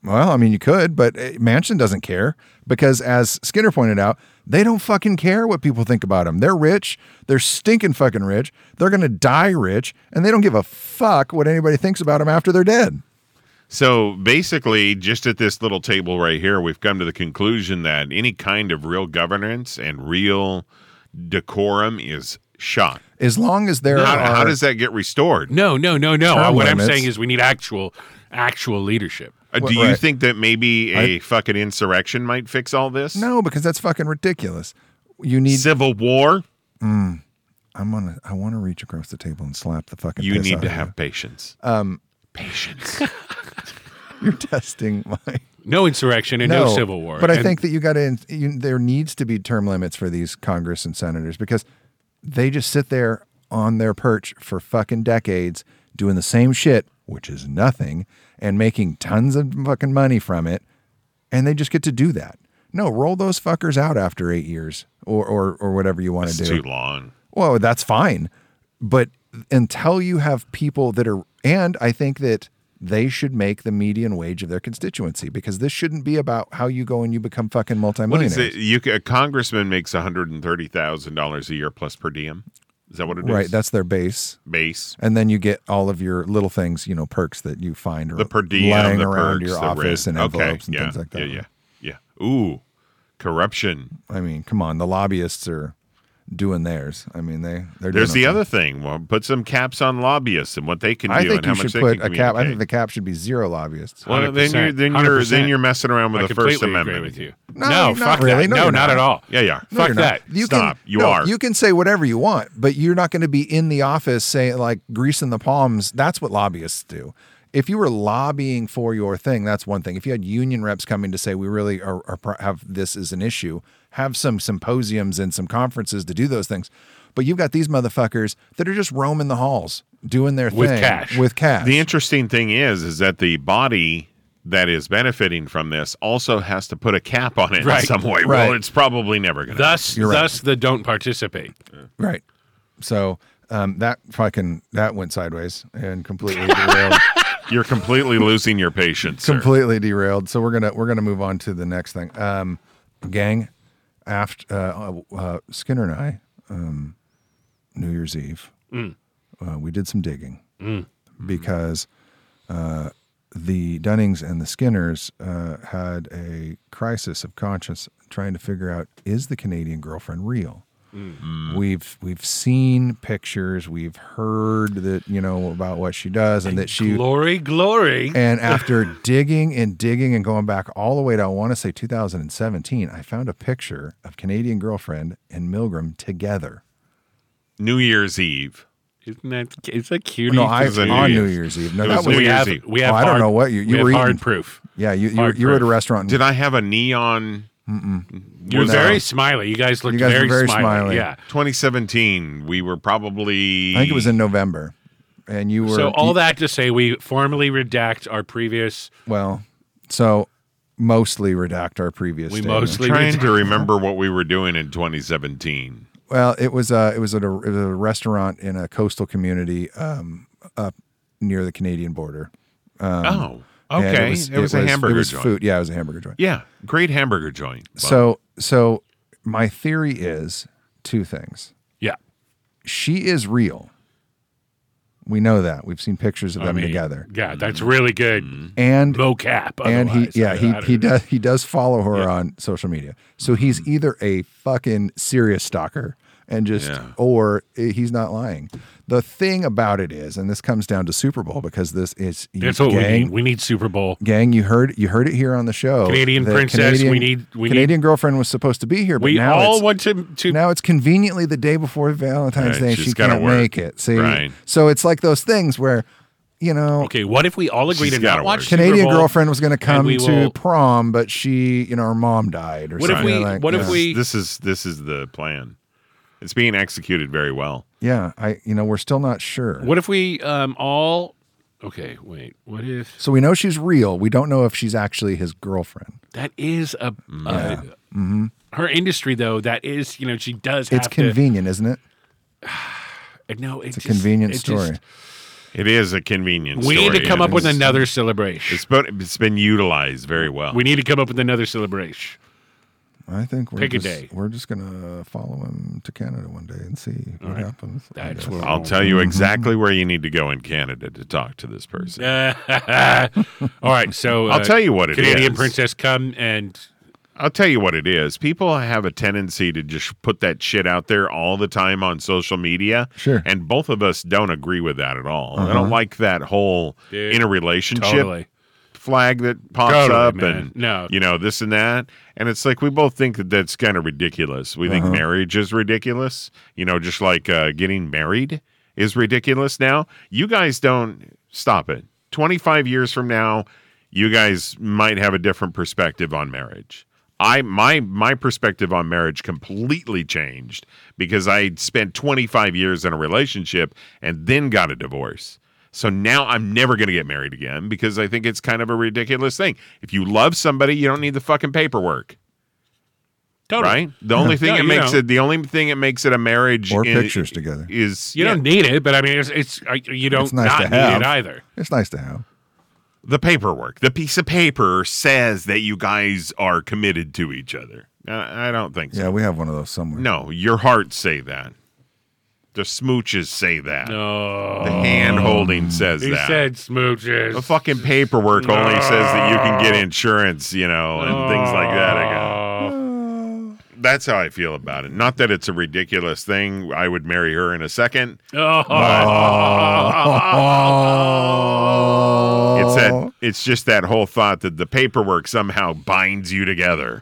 Well, I mean, you could, but eh, Manchin doesn't care because, as Skinner pointed out, they don't fucking care what people think about them. They're rich. They're stinking fucking rich. They're going to die rich, and they don't give a fuck what anybody thinks about them after they're dead.
So basically, just at this little table right here, we've come to the conclusion that any kind of real governance and real decorum is shot.
As long as there
How,
are.
how does that get restored?
No, no, no, no.
Term
what I'm
limits.
saying is we need actual, actual leadership.
Uh,
Wh-
Do you
right.
think that maybe a fucking insurrection might fix all this?
no, because that's fucking ridiculous. You need.
Civil war?
I'm gonna. I want to reach across the table and slap the fucking.
You
piss
need
out
to
of
have patience. patience.
you. You're testing my.
No insurrection and no, civil war.
But I
And-
think that you got to. You, there needs to be term limits for these Congress and senators because they just sit there on their perch for fucking decades doing the same shit, which is nothing, and making tons of fucking money from it, and they just get to do that. No, roll those fuckers out after eight years or or, or whatever you want to
It's
do.
too long.
Well, that's fine. But until you have people that are, and I think that they should make the median wage of their constituency because this shouldn't be about how you go and you become fucking
What
multimillionaires.
is it? You, ca- a congressman makes $130,000 a year plus per diem. Is that what it is?
Right. That's their base.
base.
And then you get all of your little things, you know, perks that you find
the per diem,
lying
the
around
perks,
your
the
office and
rent. Okay,
envelopes and
yeah,
things like that.
Yeah, yeah, yeah. Ooh, corruption.
I mean, come on. The lobbyists are doing theirs. I mean, they, they're
There's
doing
the
it.
other thing. Well, put some caps on lobbyists and what they can
I
do
think
and
you
how much
should
they
put a cap.
can
I think
communicate.
the cap should be zero lobbyists.
well, then you're
100%,
then you're then
100%.
you're messing around with
I
the First
completely agree
Amendment.
with you.
No,
No,
not
fuck
really.
that.
No,
No,
you're
not at
not.
all.
Yeah, yeah.
No,
fuck
you're
that.
not. You
Stop.
Can,
You
no,
are.
You can say whatever you want, but you're not going to be in the office saying like greasing the palms. That's what lobbyists do. If you were lobbying for your thing, that's one thing. If you had union reps coming to say we really are, are pro- have this as an issue, have some symposiums and some conferences to do those things. But you've got these motherfuckers that are just roaming the halls doing their
With
thing
cash.
With cash.
The interesting thing is, is that the body that is benefiting from this also has to put a cap on it
Right.
in some way. Well,
Right.
it's probably never going to.
Thus,
You're right.
thus the don't participate.
Right. So um, that fucking that went sideways and completely derailed.
You're completely losing your patience. sir.
completely derailed. So we're gonna we're gonna move on to the next thing. Um, gang, after uh, uh, Skinner and I, um, New Year's Eve, uh, we did some digging because uh, the Dunnings and the Skinners uh, had a crisis of conscience, trying to figure out is the Canadian girlfriend real. We've we've seen pictures, we've heard that you know about what she does, and that she
Glory, glory.
and after digging and digging and going back all the way to, I want to say 2017, I found a picture of Canadian girlfriend and Milgram together.
New Year's Eve.
Isn't that? It's a cutie.
No, I
was a New
on New
Year's.
Year's Eve. No,
It
that
was
was
New
we
Year's
have.
Eve.
We have.
Oh, I don't
hard-
know what you- you
we have
were eating.
hard proof.
yeah. You you,
Hard
you were at a
proof.
restaurant.
Did I have a neon?
You're
Was
very smiley. You guys look
You guys were
very,
very
smiley.
smiley.
Yeah.
2017. We were probably.
I think it was in November, and you were
So all
you-
that to say, we formally redact our previous.
well, so mostly redact our previous.
We
statement.
mostly
trying
redact.
to remember what we were doing in 2017.
Well, it was a it was at a, it was a restaurant in a coastal community um, up near the Canadian border.
oh,
And
okay. It was, a hamburger
It was
joint.
food. Yeah, it was a hamburger joint.
Yeah, great hamburger joint. Well,
So so my theory is two things.
Yeah.
She is real. We know that. We've seen pictures of
I
them
mean,
together.
Yeah, that's really good.
And
Mocap.
Mm-hmm. and he
otherwise.
yeah
I-
he
I don't
he
know. Mm-hmm.
does he does follow her on social media. So he's either a fucking serious stalker and just
Yeah.
or he's not lying. The thing about it is, and this comes down to Super Bowl because this is
That's what we
gang,
need. We need Super Bowl.
gang. You heard you heard it here on the show.
Canadian
The
princess, we need- we need-
Canadian girlfriend was supposed to be here, but
We
now
all
it's,
want to to
now it's conveniently the day before Valentine's
Right,
Day. and
she's
She
gotta
can't
work.
make it. See,
Right.
so it's like those things where you know
Okay, what if we all agree
She's
to not
gotta
watch
work.
Super
Canadian
Bowl?
girlfriend was going to come
we
to
will-
prom, but she, you know, her mom died or
What if
something.
we-
They're like,
what if
yeah.
we-
This is this is the plan. It's being executed very well.
Yeah, I, you know, we're still not sure.
What if we um all? Okay, wait. What if
So we know she's real. We don't know if she's actually his girlfriend.
that is a? uh, Her industry, though, that is you know she does. Have
Mm-hmm. It's convenient, isn't it?
To, no, it's,
It's a convenient story.
It is a convenience.
we need to come up with
another.
another celebration.
It's been, it's been utilized very well.
We need to come up with another celebration.
I think we're
Pick a
just,
day.
We're just gonna follow him to Canada one day and see what happens. I
That's
guess.
what
I'll tell you exactly where you need to go in Canada to talk to this person.
all right, so
I'll tell you what it
uh, Canadian
is.
princess come and
I'll tell you what it is. People have a tendency to just put that shit out there all the time on social media.
Sure.
And both of us don't agree with that at all. I don't like that whole
Dude,
in a relationship
totally.
flag that pops
Totally,
up
man.
and
No.
you know this and that and it's like we both think that that's kind of ridiculous we think marriage is ridiculous you know just like uh, getting married is ridiculous now you guys don't stop it 25 years from now you guys might have a different perspective on marriage I my my perspective on marriage completely changed because I spent 25 years in a relationship and then got a divorce. So now I'm never going to get married again because I think it's kind of a ridiculous thing. If you love somebody, you don't need the fucking paperwork,
totally.
right? The only thing
No,
that
you
makes
know.
it the only thing that makes it a marriage
Or
i-
pictures
uh,
together.
is
You
yeah,
don't need it, but I mean, it's, it's uh, you don't
It's nice
not
to
need
have.
it either.
It's nice to have.
the paperwork. The piece of paper says that you guys are committed to each other. I, I don't think so.
Yeah, we have one of those somewhere.
No, your hearts say that. The smooches say that.
No,
The hand holding says
he
that.
said smooches.
the fucking paperwork only says that you can get insurance, you know, and things like that. Again.
Oh,
That's how I feel about it. Not that it's a ridiculous thing. I would marry her in a second. It's that. It's just that whole thought that the paperwork somehow binds you together.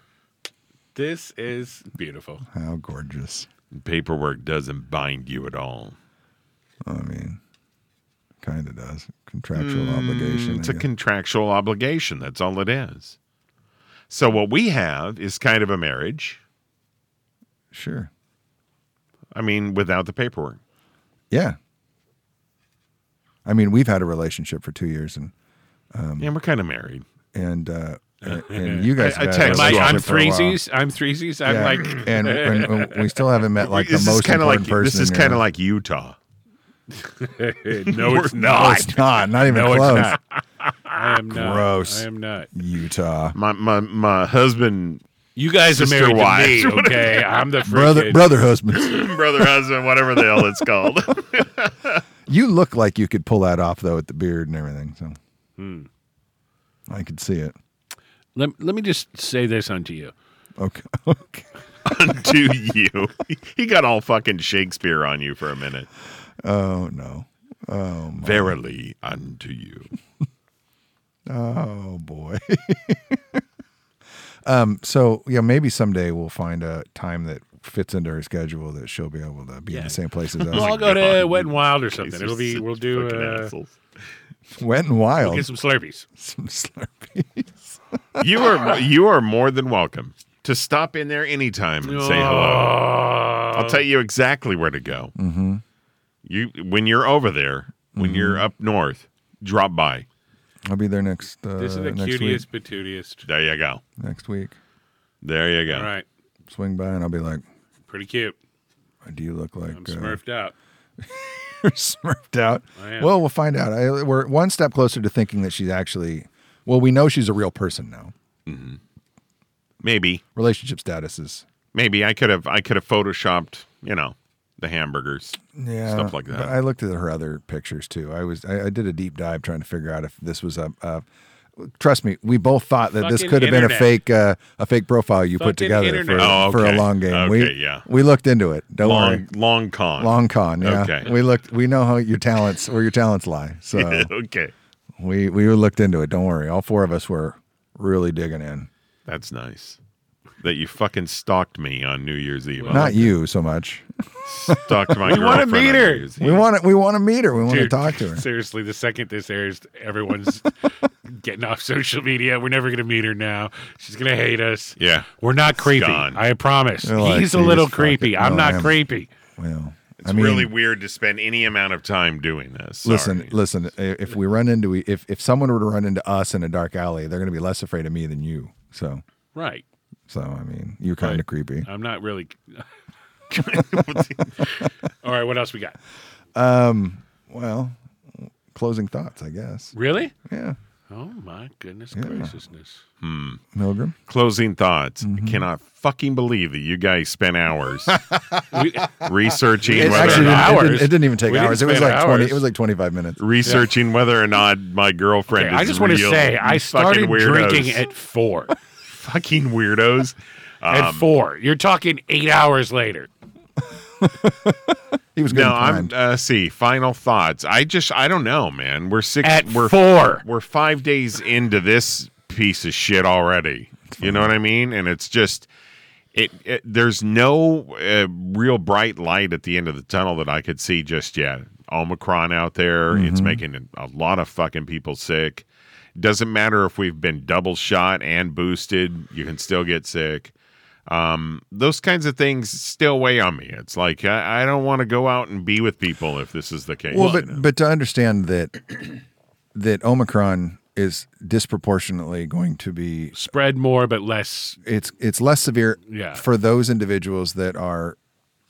this is beautiful.
How gorgeous.
Paperwork doesn't bind you at all.
I mean, kind of does. Contractual
Mm,
obligation.
It's
I
a
guess.
contractual obligation. That's all it is. So what we have is kind of a marriage.
sure.
I mean, without the paperwork.
Yeah. I mean, we've had a relationship for two years, and Um,
yeah, we're kind of married.
and uh, and- and you guys.
I- I
have had a
text
Am I,
you.
relationship
I'm
for a while.
threesies. I'm threesies. I'm
Yeah.
like
and, and, and we still haven't met like the
this is
most
kind of
important
like
person.
this is
in
kind
your
of
life.
like Utah.
no, it's
No,
not.
it's not. Not even
No, it's
close.
not. I am not.
Gross.
I am not.
Utah.
My my my husband,
You guys are
Sister
married
wives
to
or
me, okay? I'm the
Brother,
freaking-
brother, husband.
brother, husband, whatever the hell it's called.
you look like you could pull that off though, with the beard and everything. So, I could see it.
Let, let me just say this unto you.
Okay. okay.
to you, he got all fucking Shakespeare on you for a minute.
Oh no.
Verily unto you.
Oh boy. um. So yeah, maybe someday we'll find a time that fits into her schedule that she'll be able to be in the same place as
Well, I'll
us.
go to
God.
Wet and Wild or
These
something.
are
It'll be
such
we'll do
fucking
uh,
assholes.
Wet and wild.
get some Slurpees.
some Slurpee.
You are you are more than welcome to stop in there anytime and say
Oh.
hello.
Ah.
I'll tell you exactly where to go. Mm-hmm. You when you're over there, when you're
Mm-hmm.
up north, drop by.
I'll be there next. Uh,
This is the
next week.
cutiest, patootiest.
There you go.
Next week,
There you go.
All right,
swing by and I'll be like,
pretty cute.
"Do you look like
I'm
uh,
smurfed out.
you're smurfed out.
I am.
Well, we'll find out. I, we're one step closer to thinking that she's actually. Well, we know she's a real person now.
Maybe
Relationship status is
maybe I could have I could have photoshopped, you know, the hamburgers.
yeah,
stuff like that.
But I looked at her other pictures too. I was I, I did a deep dive trying to figure out if this was a. a trust me, we both thought that this
Fucking
could have been a
internet.
fake uh, a fake profile you
Fucking
put together for,
internet.
Oh,
for a
okay.
long game. we
Okay, yeah.
we looked into it. Don't worry,
Long long con.
long con. Yeah,
Okay.
we looked. We know how your talents where your talents lie. So
uh,
okay.
we we looked into it. Don't worry, all four of us were really digging in.
That's nice. That you fucking stalked me on New Year's Eve. I
Not you so much.
stalked my
We wanna
girlfriend
meet
on
her.
New Year's Eve.
We want to we want to meet her. We want to
Dude,
talk to her.
Seriously, the second this airs, everyone's getting off social media. We're never going to meet her now. She's going to hate us.
Yeah.
We're not creepy.
gone.
I promise.
They're like,
He's a
"Dude,
little
fuck it."
creepy. I'm
No,
not
I am.
creepy.
Well,
It's
I mean,
really weird to spend any amount of time doing this. Sorry.
listen, listen. i- If we run into e, if if someone were to run into us in a dark alley, they're going to be less afraid of me than you. So
Right.
so I mean, you're kind
Right.
of creepy.
I'm not really. All right. What else we got?
Well, closing thoughts, I guess.
Really?
Yeah,
Oh my goodness graciousness!
Milgram.
Closing thoughts.
Mm-hmm.
I cannot fucking believe that you guys spent hours
We-
researching
It
It
whether
actually
or
didn't,
not,
it
hours.
didn't, it didn't even take
We didn't
hours. It was
spend
like twenty.
hours.
It was like twenty five minutes.
researching whether or not my girlfriend.
okay, I
is
just want to
real,
say
you
I
fucking
started
weirdos.
drinking at four.
fucking weirdos.
at
Um,
four, you're talking eight hours later.
He was good.
No,
No,
I'm uh, see. Final thoughts. I just I don't know, man. We're six.
At
we're
four.
We're five days into this piece of shit already. You know what I mean? And it's just it. it there's no uh, real bright light at the end of the tunnel that I could see just yet. Omicron out there.
Mm-hmm.
It's making a lot of fucking people sick. Doesn't matter if we've been double shot and boosted. You can still get sick um, those kinds of things still weigh on me. It's like I, I don't want to go out and be with people if this is the case.
well, but but to understand that that Omicron is disproportionately going to be
Spread more, but less.
it's it's less severe
Yeah.
for those individuals that are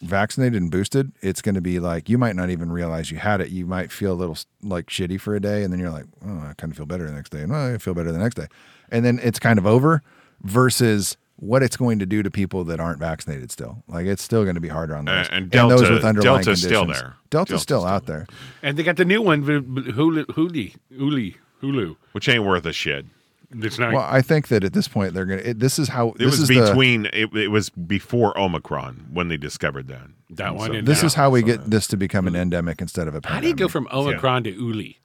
vaccinated and boosted it's going to be like you might not even realize you had it you might feel a little like shitty for a day and then you're like oh i kind of feel better the next day and oh, i feel better the next day and then it's kind of over versus what it's going to do to people that aren't vaccinated still like it's still going to be harder on those
Uh, and Delta- Delta's still there.
delta's,
Delta's
still,
still
out there
And they got the new one, with Hulu, Hulu, Hulu, Hulu.
which ain't worth a shit.
It's not.
well i think that at this point they're going to this is how
It
this
was
is the-
between it, it was before Omicron when they discovered that.
That one and
this
now.
is how we get this to become an endemic instead of a pandemic.
How do you go from Omicron to Uli?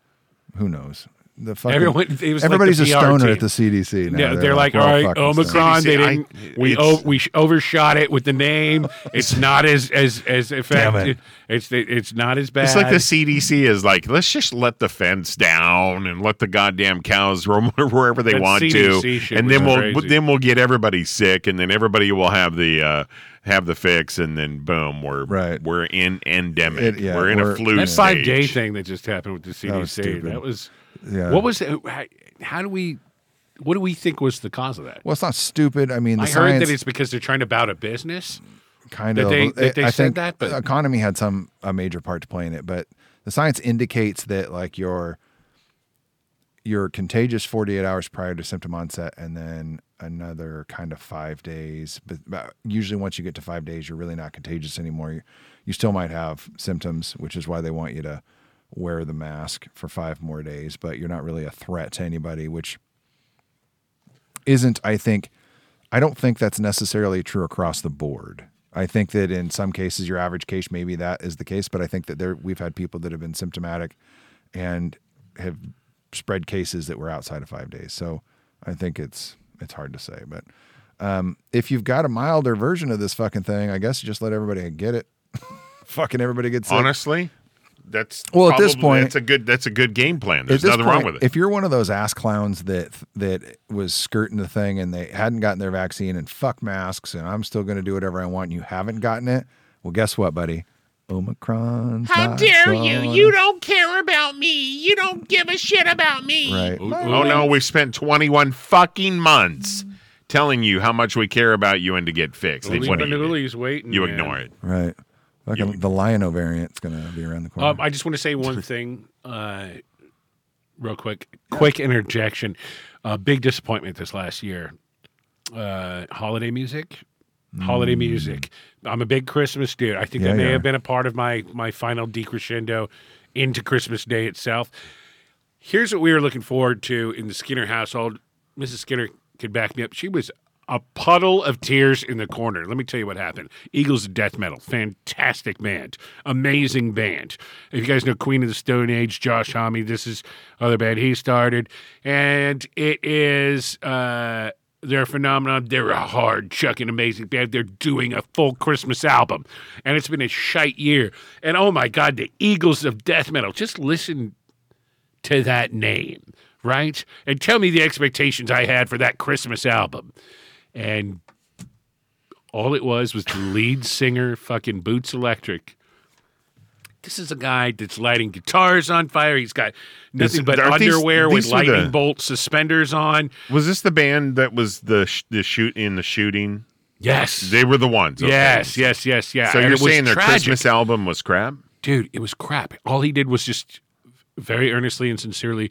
who knows? The fucking,
Everyone- it was like
everybody's
the
a
PR
stoner
team.
at the CDC. Now.
Yeah, they're, like, all
"Well,
right,
"Oh, fuck this thing."
Omicron.
CDC,
They didn't.
I-
we
it's-
o- we sh- overshot it with the name. It's not as as as
it.
effective. It's it's not as bad.
It's like the CDC is like, let's just let the fence down and let the goddamn cows roam wherever they
That
want
CDC
to,
shit
and
was
then we'll
crazy.
then we'll get everybody sick, and then everybody will have the uh, have the fix, and then boom, we're
Right.
we're in endemic,
It- yeah,
we're in
we're-
a flu.
that
stage.
five day thing that just happened with the CDC. That
was
was.
stupid. Yeah.
What was? it- How, how do we? What do we think was the cause of that?
Well, it's not stupid. I mean, the
I heard
science
that it's because they're trying to bout a business.
kind
that
of.
they- that they
I
said
think
that, but-
the economy had some a major part to play in it. But the science indicates that like your you're contagious 48 hours prior to symptom onset, and then another kind of five days. But, but usually, once you get to five days, you're really not contagious anymore. You, you still might have symptoms, which is why they want you to wear the mask for five more days. But you're not really a threat to anybody, which isn't i think i don't think that's necessarily true across the board i think that in some cases your average case maybe that is the case but i think that there we've had people that have been symptomatic and have spread cases that were outside of five days so i think it's it's hard to say but um, if you've got a milder version of this fucking thing i guess just let everybody get it fucking everybody gets sick.
Honestly, that's
Well, at this point-
that's a good that's a good game plan.
At
There's
this
nothing wrong
point,
with it.
If you're one of those ass clowns that that was skirting the thing and they hadn't gotten their vaccine and fuck masks and I'm still going to do whatever I want and you haven't gotten it, well, guess what, buddy? Omicron. How dare you? You don't care about me. You don't give a shit about me. Right.
oh
Mm.
no, we've spent 21 fucking months telling you how much we care about you and to get fixed. And what do you, do?
Uli's waiting.
You
man.
ignore it.
Right. Fucking the lion variant's going to be around the corner.
Um, I just want to say one thing, uh, real quick. Quick interjection. Uh, big disappointment this last year. Uh, holiday music holiday music. I'm a big Christmas dude. I think
Hmm. Yeah,
that may
you are.
have been a part of my my final decrescendo into Christmas Day itself. Here's what we were looking forward to in the Skinner household. Mrs. Skinner could back me up. She was a puddle of tears in the corner. Let me tell you what happened. Eagles of Death Metal, fantastic band, amazing band. If you guys know Queen of the Stone Age, Josh Homme, this is other band he started, and it is. Uh, they're a phenomenon. They're a hard chucking amazing band. They're doing a full Christmas album, and it's been a shite year. And oh my God, the Eagles of Death Metal. Just listen to that name, right? And tell me the expectations I had for that Christmas album. And all it was was the lead singer, fucking Boots Electric. This is a guy that's lighting guitars on fire. He's got nothing but
are these-
underwear with
these were the-
lightning bolt suspenders on.
Was this the band that was the sh- the shoot in the shooting?
Yes.
They were the ones. okay.
Yes, yes, yes, yeah.
So
And
you're
it was
saying their
tragic.
Christmas album was crap?
dude? It was crap. All he did was just very earnestly and sincerely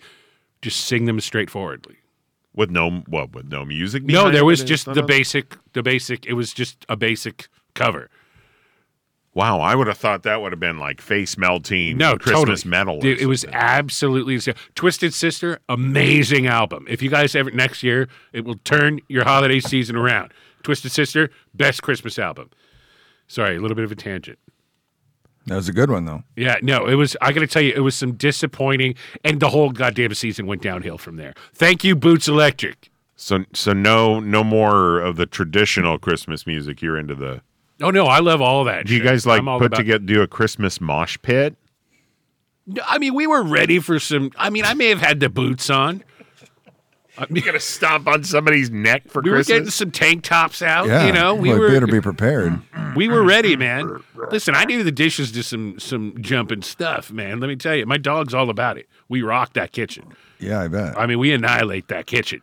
just sing them straightforwardly.
With no what with no music?
No,
behind
there
it
was
and
just
none
the
of-
basic, the basic. It was just a basic cover.
Wow, I would have thought that would have been like face melting
No,
Christmas
totally.
metal. or
Dude, it was
something.
absolutely insane. Twisted Sister, amazing album. If you guys ever next year, it will turn your holiday season around. Twisted Sister, best Christmas album. Sorry, a little bit of a tangent.
That was a good one though.
Yeah, no, it was. I got to tell you, it was some disappointing, and the whole goddamn season went downhill from there. Thank you, Boots Electric.
so so no no more of the traditional Christmas music. You're into the
Oh no, I love all that.
Do you
shit.
guys like
I'm all
put
about-
together do a Christmas mosh pit?
No, I mean, we were ready for some. I mean, I may have had the boots on. I mean,
Gonna stomp on somebody's neck for
we were getting
Christmas.
some tank tops out.
Yeah,
you know, we
well,
were
better be prepared.
we were ready, man. Listen, I knew the dishes to some some jumping stuff, man. Let me tell you, my dog's all about it. We rock that kitchen.
Yeah, I bet.
I mean, we annihilate that kitchen.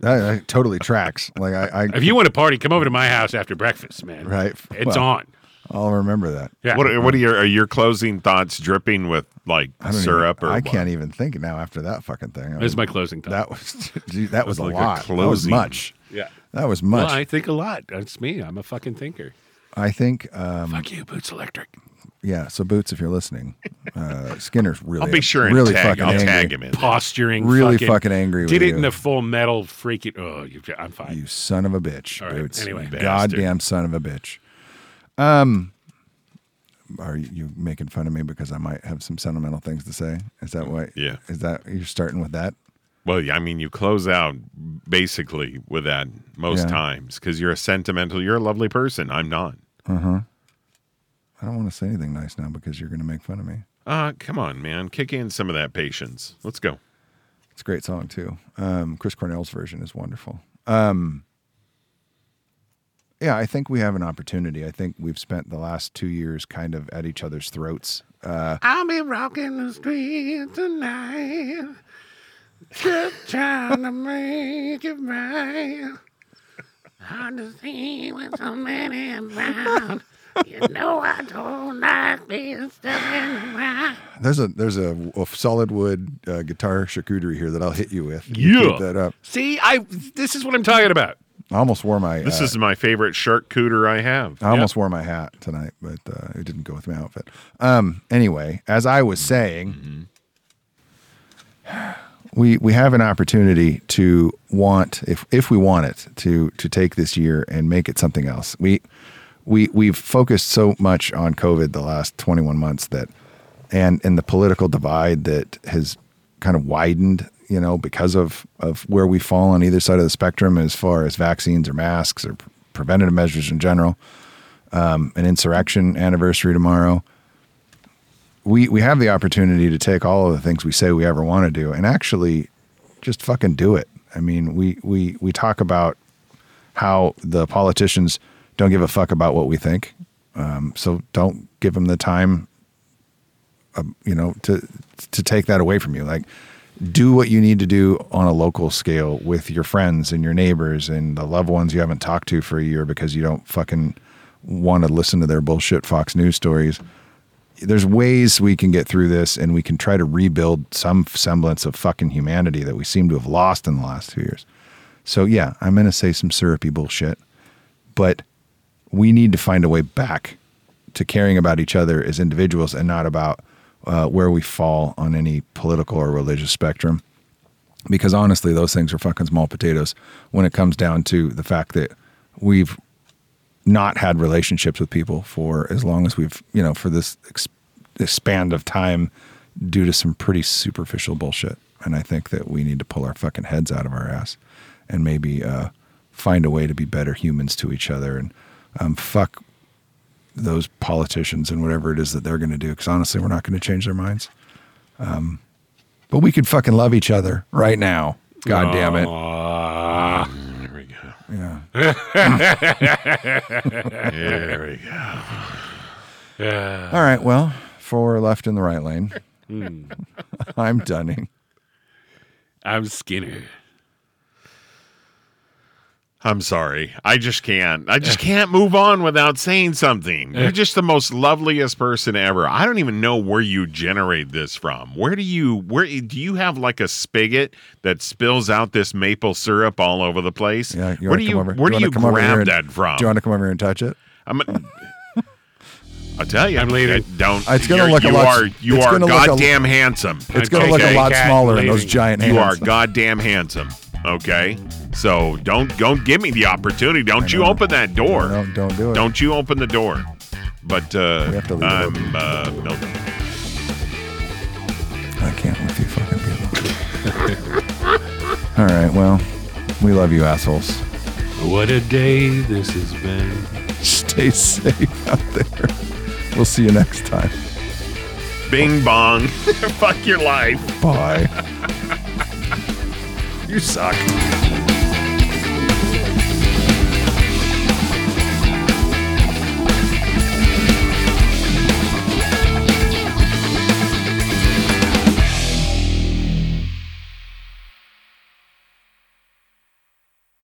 That, that totally tracks. Like I, I
If you want to party, come over to my house after breakfast, man.
Right.
It's
Well,
on.
I'll remember that.
Yeah.
what are, what are your are your closing thoughts dripping with like
I don't
syrup
even,
or
I
what?
can't even think now after that fucking thing. I
That's
mean,
my closing thought.
that was dude, that was a
like a
lot. That was
closing.
much.
yeah.
That was much.
Well, I think a lot. That's me. I'm a fucking thinker.
I think um,
Fuck you, Boots Electric.
yeah. So Boots, if you're listening, uh, Skinner's really
I'll be sure and
really
tag.
fucking
I'll
angry.
tag him in.
Posturing.
Really fucking angry with
Did it
you.
in the full metal freaking. Oh, you, I'm fine.
You son of a bitch.
All right,
Boots.
anyway.
You
Bastard.
goddamn son of a bitch. Um, are you you making fun of me because I might have some sentimental things to say? Is that why?
Yeah.
Is that you're starting with that?
Well, yeah, I mean, you close out basically with that most
Yeah.
times because you're a sentimental. You're a lovely person. I'm not.
I don't want to say anything nice now because you're going to make fun of me.
Uh, come on, man, kick in some of that patience. Let's go.
It's a great song too. Um, Chris Cornell's version is wonderful. Um, yeah, I think we have an opportunity. I think we've spent the last two years kind of at each other's throats.
I'll be rocking the street tonight. Just trying to make it right. Hard to see when so many around. You know I don't like being stuck in the rock.
There's a there's a, a solid wood uh, guitar charcuterie here that I'll hit you with.
Yeah.
keep that up.
See, I this is what I'm talking about.
I almost wore my
This
uh,
is my favorite shirt cooter I have.
I almost wore my hat tonight, but uh, it didn't go with my outfit. Um, anyway, as I was saying, we we have an opportunity to want if if we want it to to take this year and make it something else. We we we've focused so much on COVID the last 21 months that and and the political divide that has kind of widened, you know, because of of where we fall on either side of the spectrum as far as vaccines or masks or preventative measures in general an insurrection anniversary tomorrow. We we have the opportunity to take all of the things we say we ever want to do and actually just fucking do it. I mean, we we we talk about how the politicians don't give a fuck about what we think, um, so don't give them the time, uh, you know, to to take that away from you. Like, do what you need to do on a local scale with your friends and your neighbors and the loved ones you haven't talked to for a year because you don't fucking want to listen to their bullshit Fox News stories. There's ways we can get through this and we can try to rebuild some semblance of fucking humanity that we seem to have lost in the last two years. So, yeah, I'm going to say some syrupy bullshit but we need to find a way back to caring about each other as individuals and not about uh, where we fall on any political or religious spectrum. Because honestly, those things are fucking small potatoes when it comes down to the fact that we've not had relationships with people for as long as we've, you know, for this ex- this span of time due to some pretty superficial bullshit. And I think that we need to pull our fucking heads out of our ass and maybe uh, find a way to be better humans to each other and um, fuck those politicians and whatever it is that they're going to do. Because honestly, we're not going to change their minds. Um, but we could fucking love each other right now. God damn it.
There we go.
Yeah.
There we go.
Yeah.
All right. Well, for left in the right lane, I'm Dunning.
I'm Skinner.
I'm sorry. I just can't. I just can't move on without saying something. You're just the most loveliest person ever. I don't even know where you generate this from. Where do you where do you have like a spigot that spills out this maple syrup all over the place?
Yeah, you
where
wanna
do you
come over?
where do
wanna
you
come over here
grab
and-
that from?
Do you want to come over here and touch it?
I'm, I'll tell you, I'm leaving. Don't.
It's gonna
you're-
look a
you
lot-
Are, you
it's
are
gonna look a-
goddamn handsome.
It's going to look
okay?
a lot
cat
smaller in those
lady.
giant hands.
You are goddamn handsome. Okay, so don't don't give me the opportunity. Don't you
know.
open that door.
No, don't do it.
Don't you open the door. But uh,
We have to leave it
I'm uh, Milton.
I can't with you fucking people. All right. Well, we love you assholes.
What a day this has been.
Stay safe out there. We'll see you next time.
Bing bong. Fuck your life.
Bye. you suck.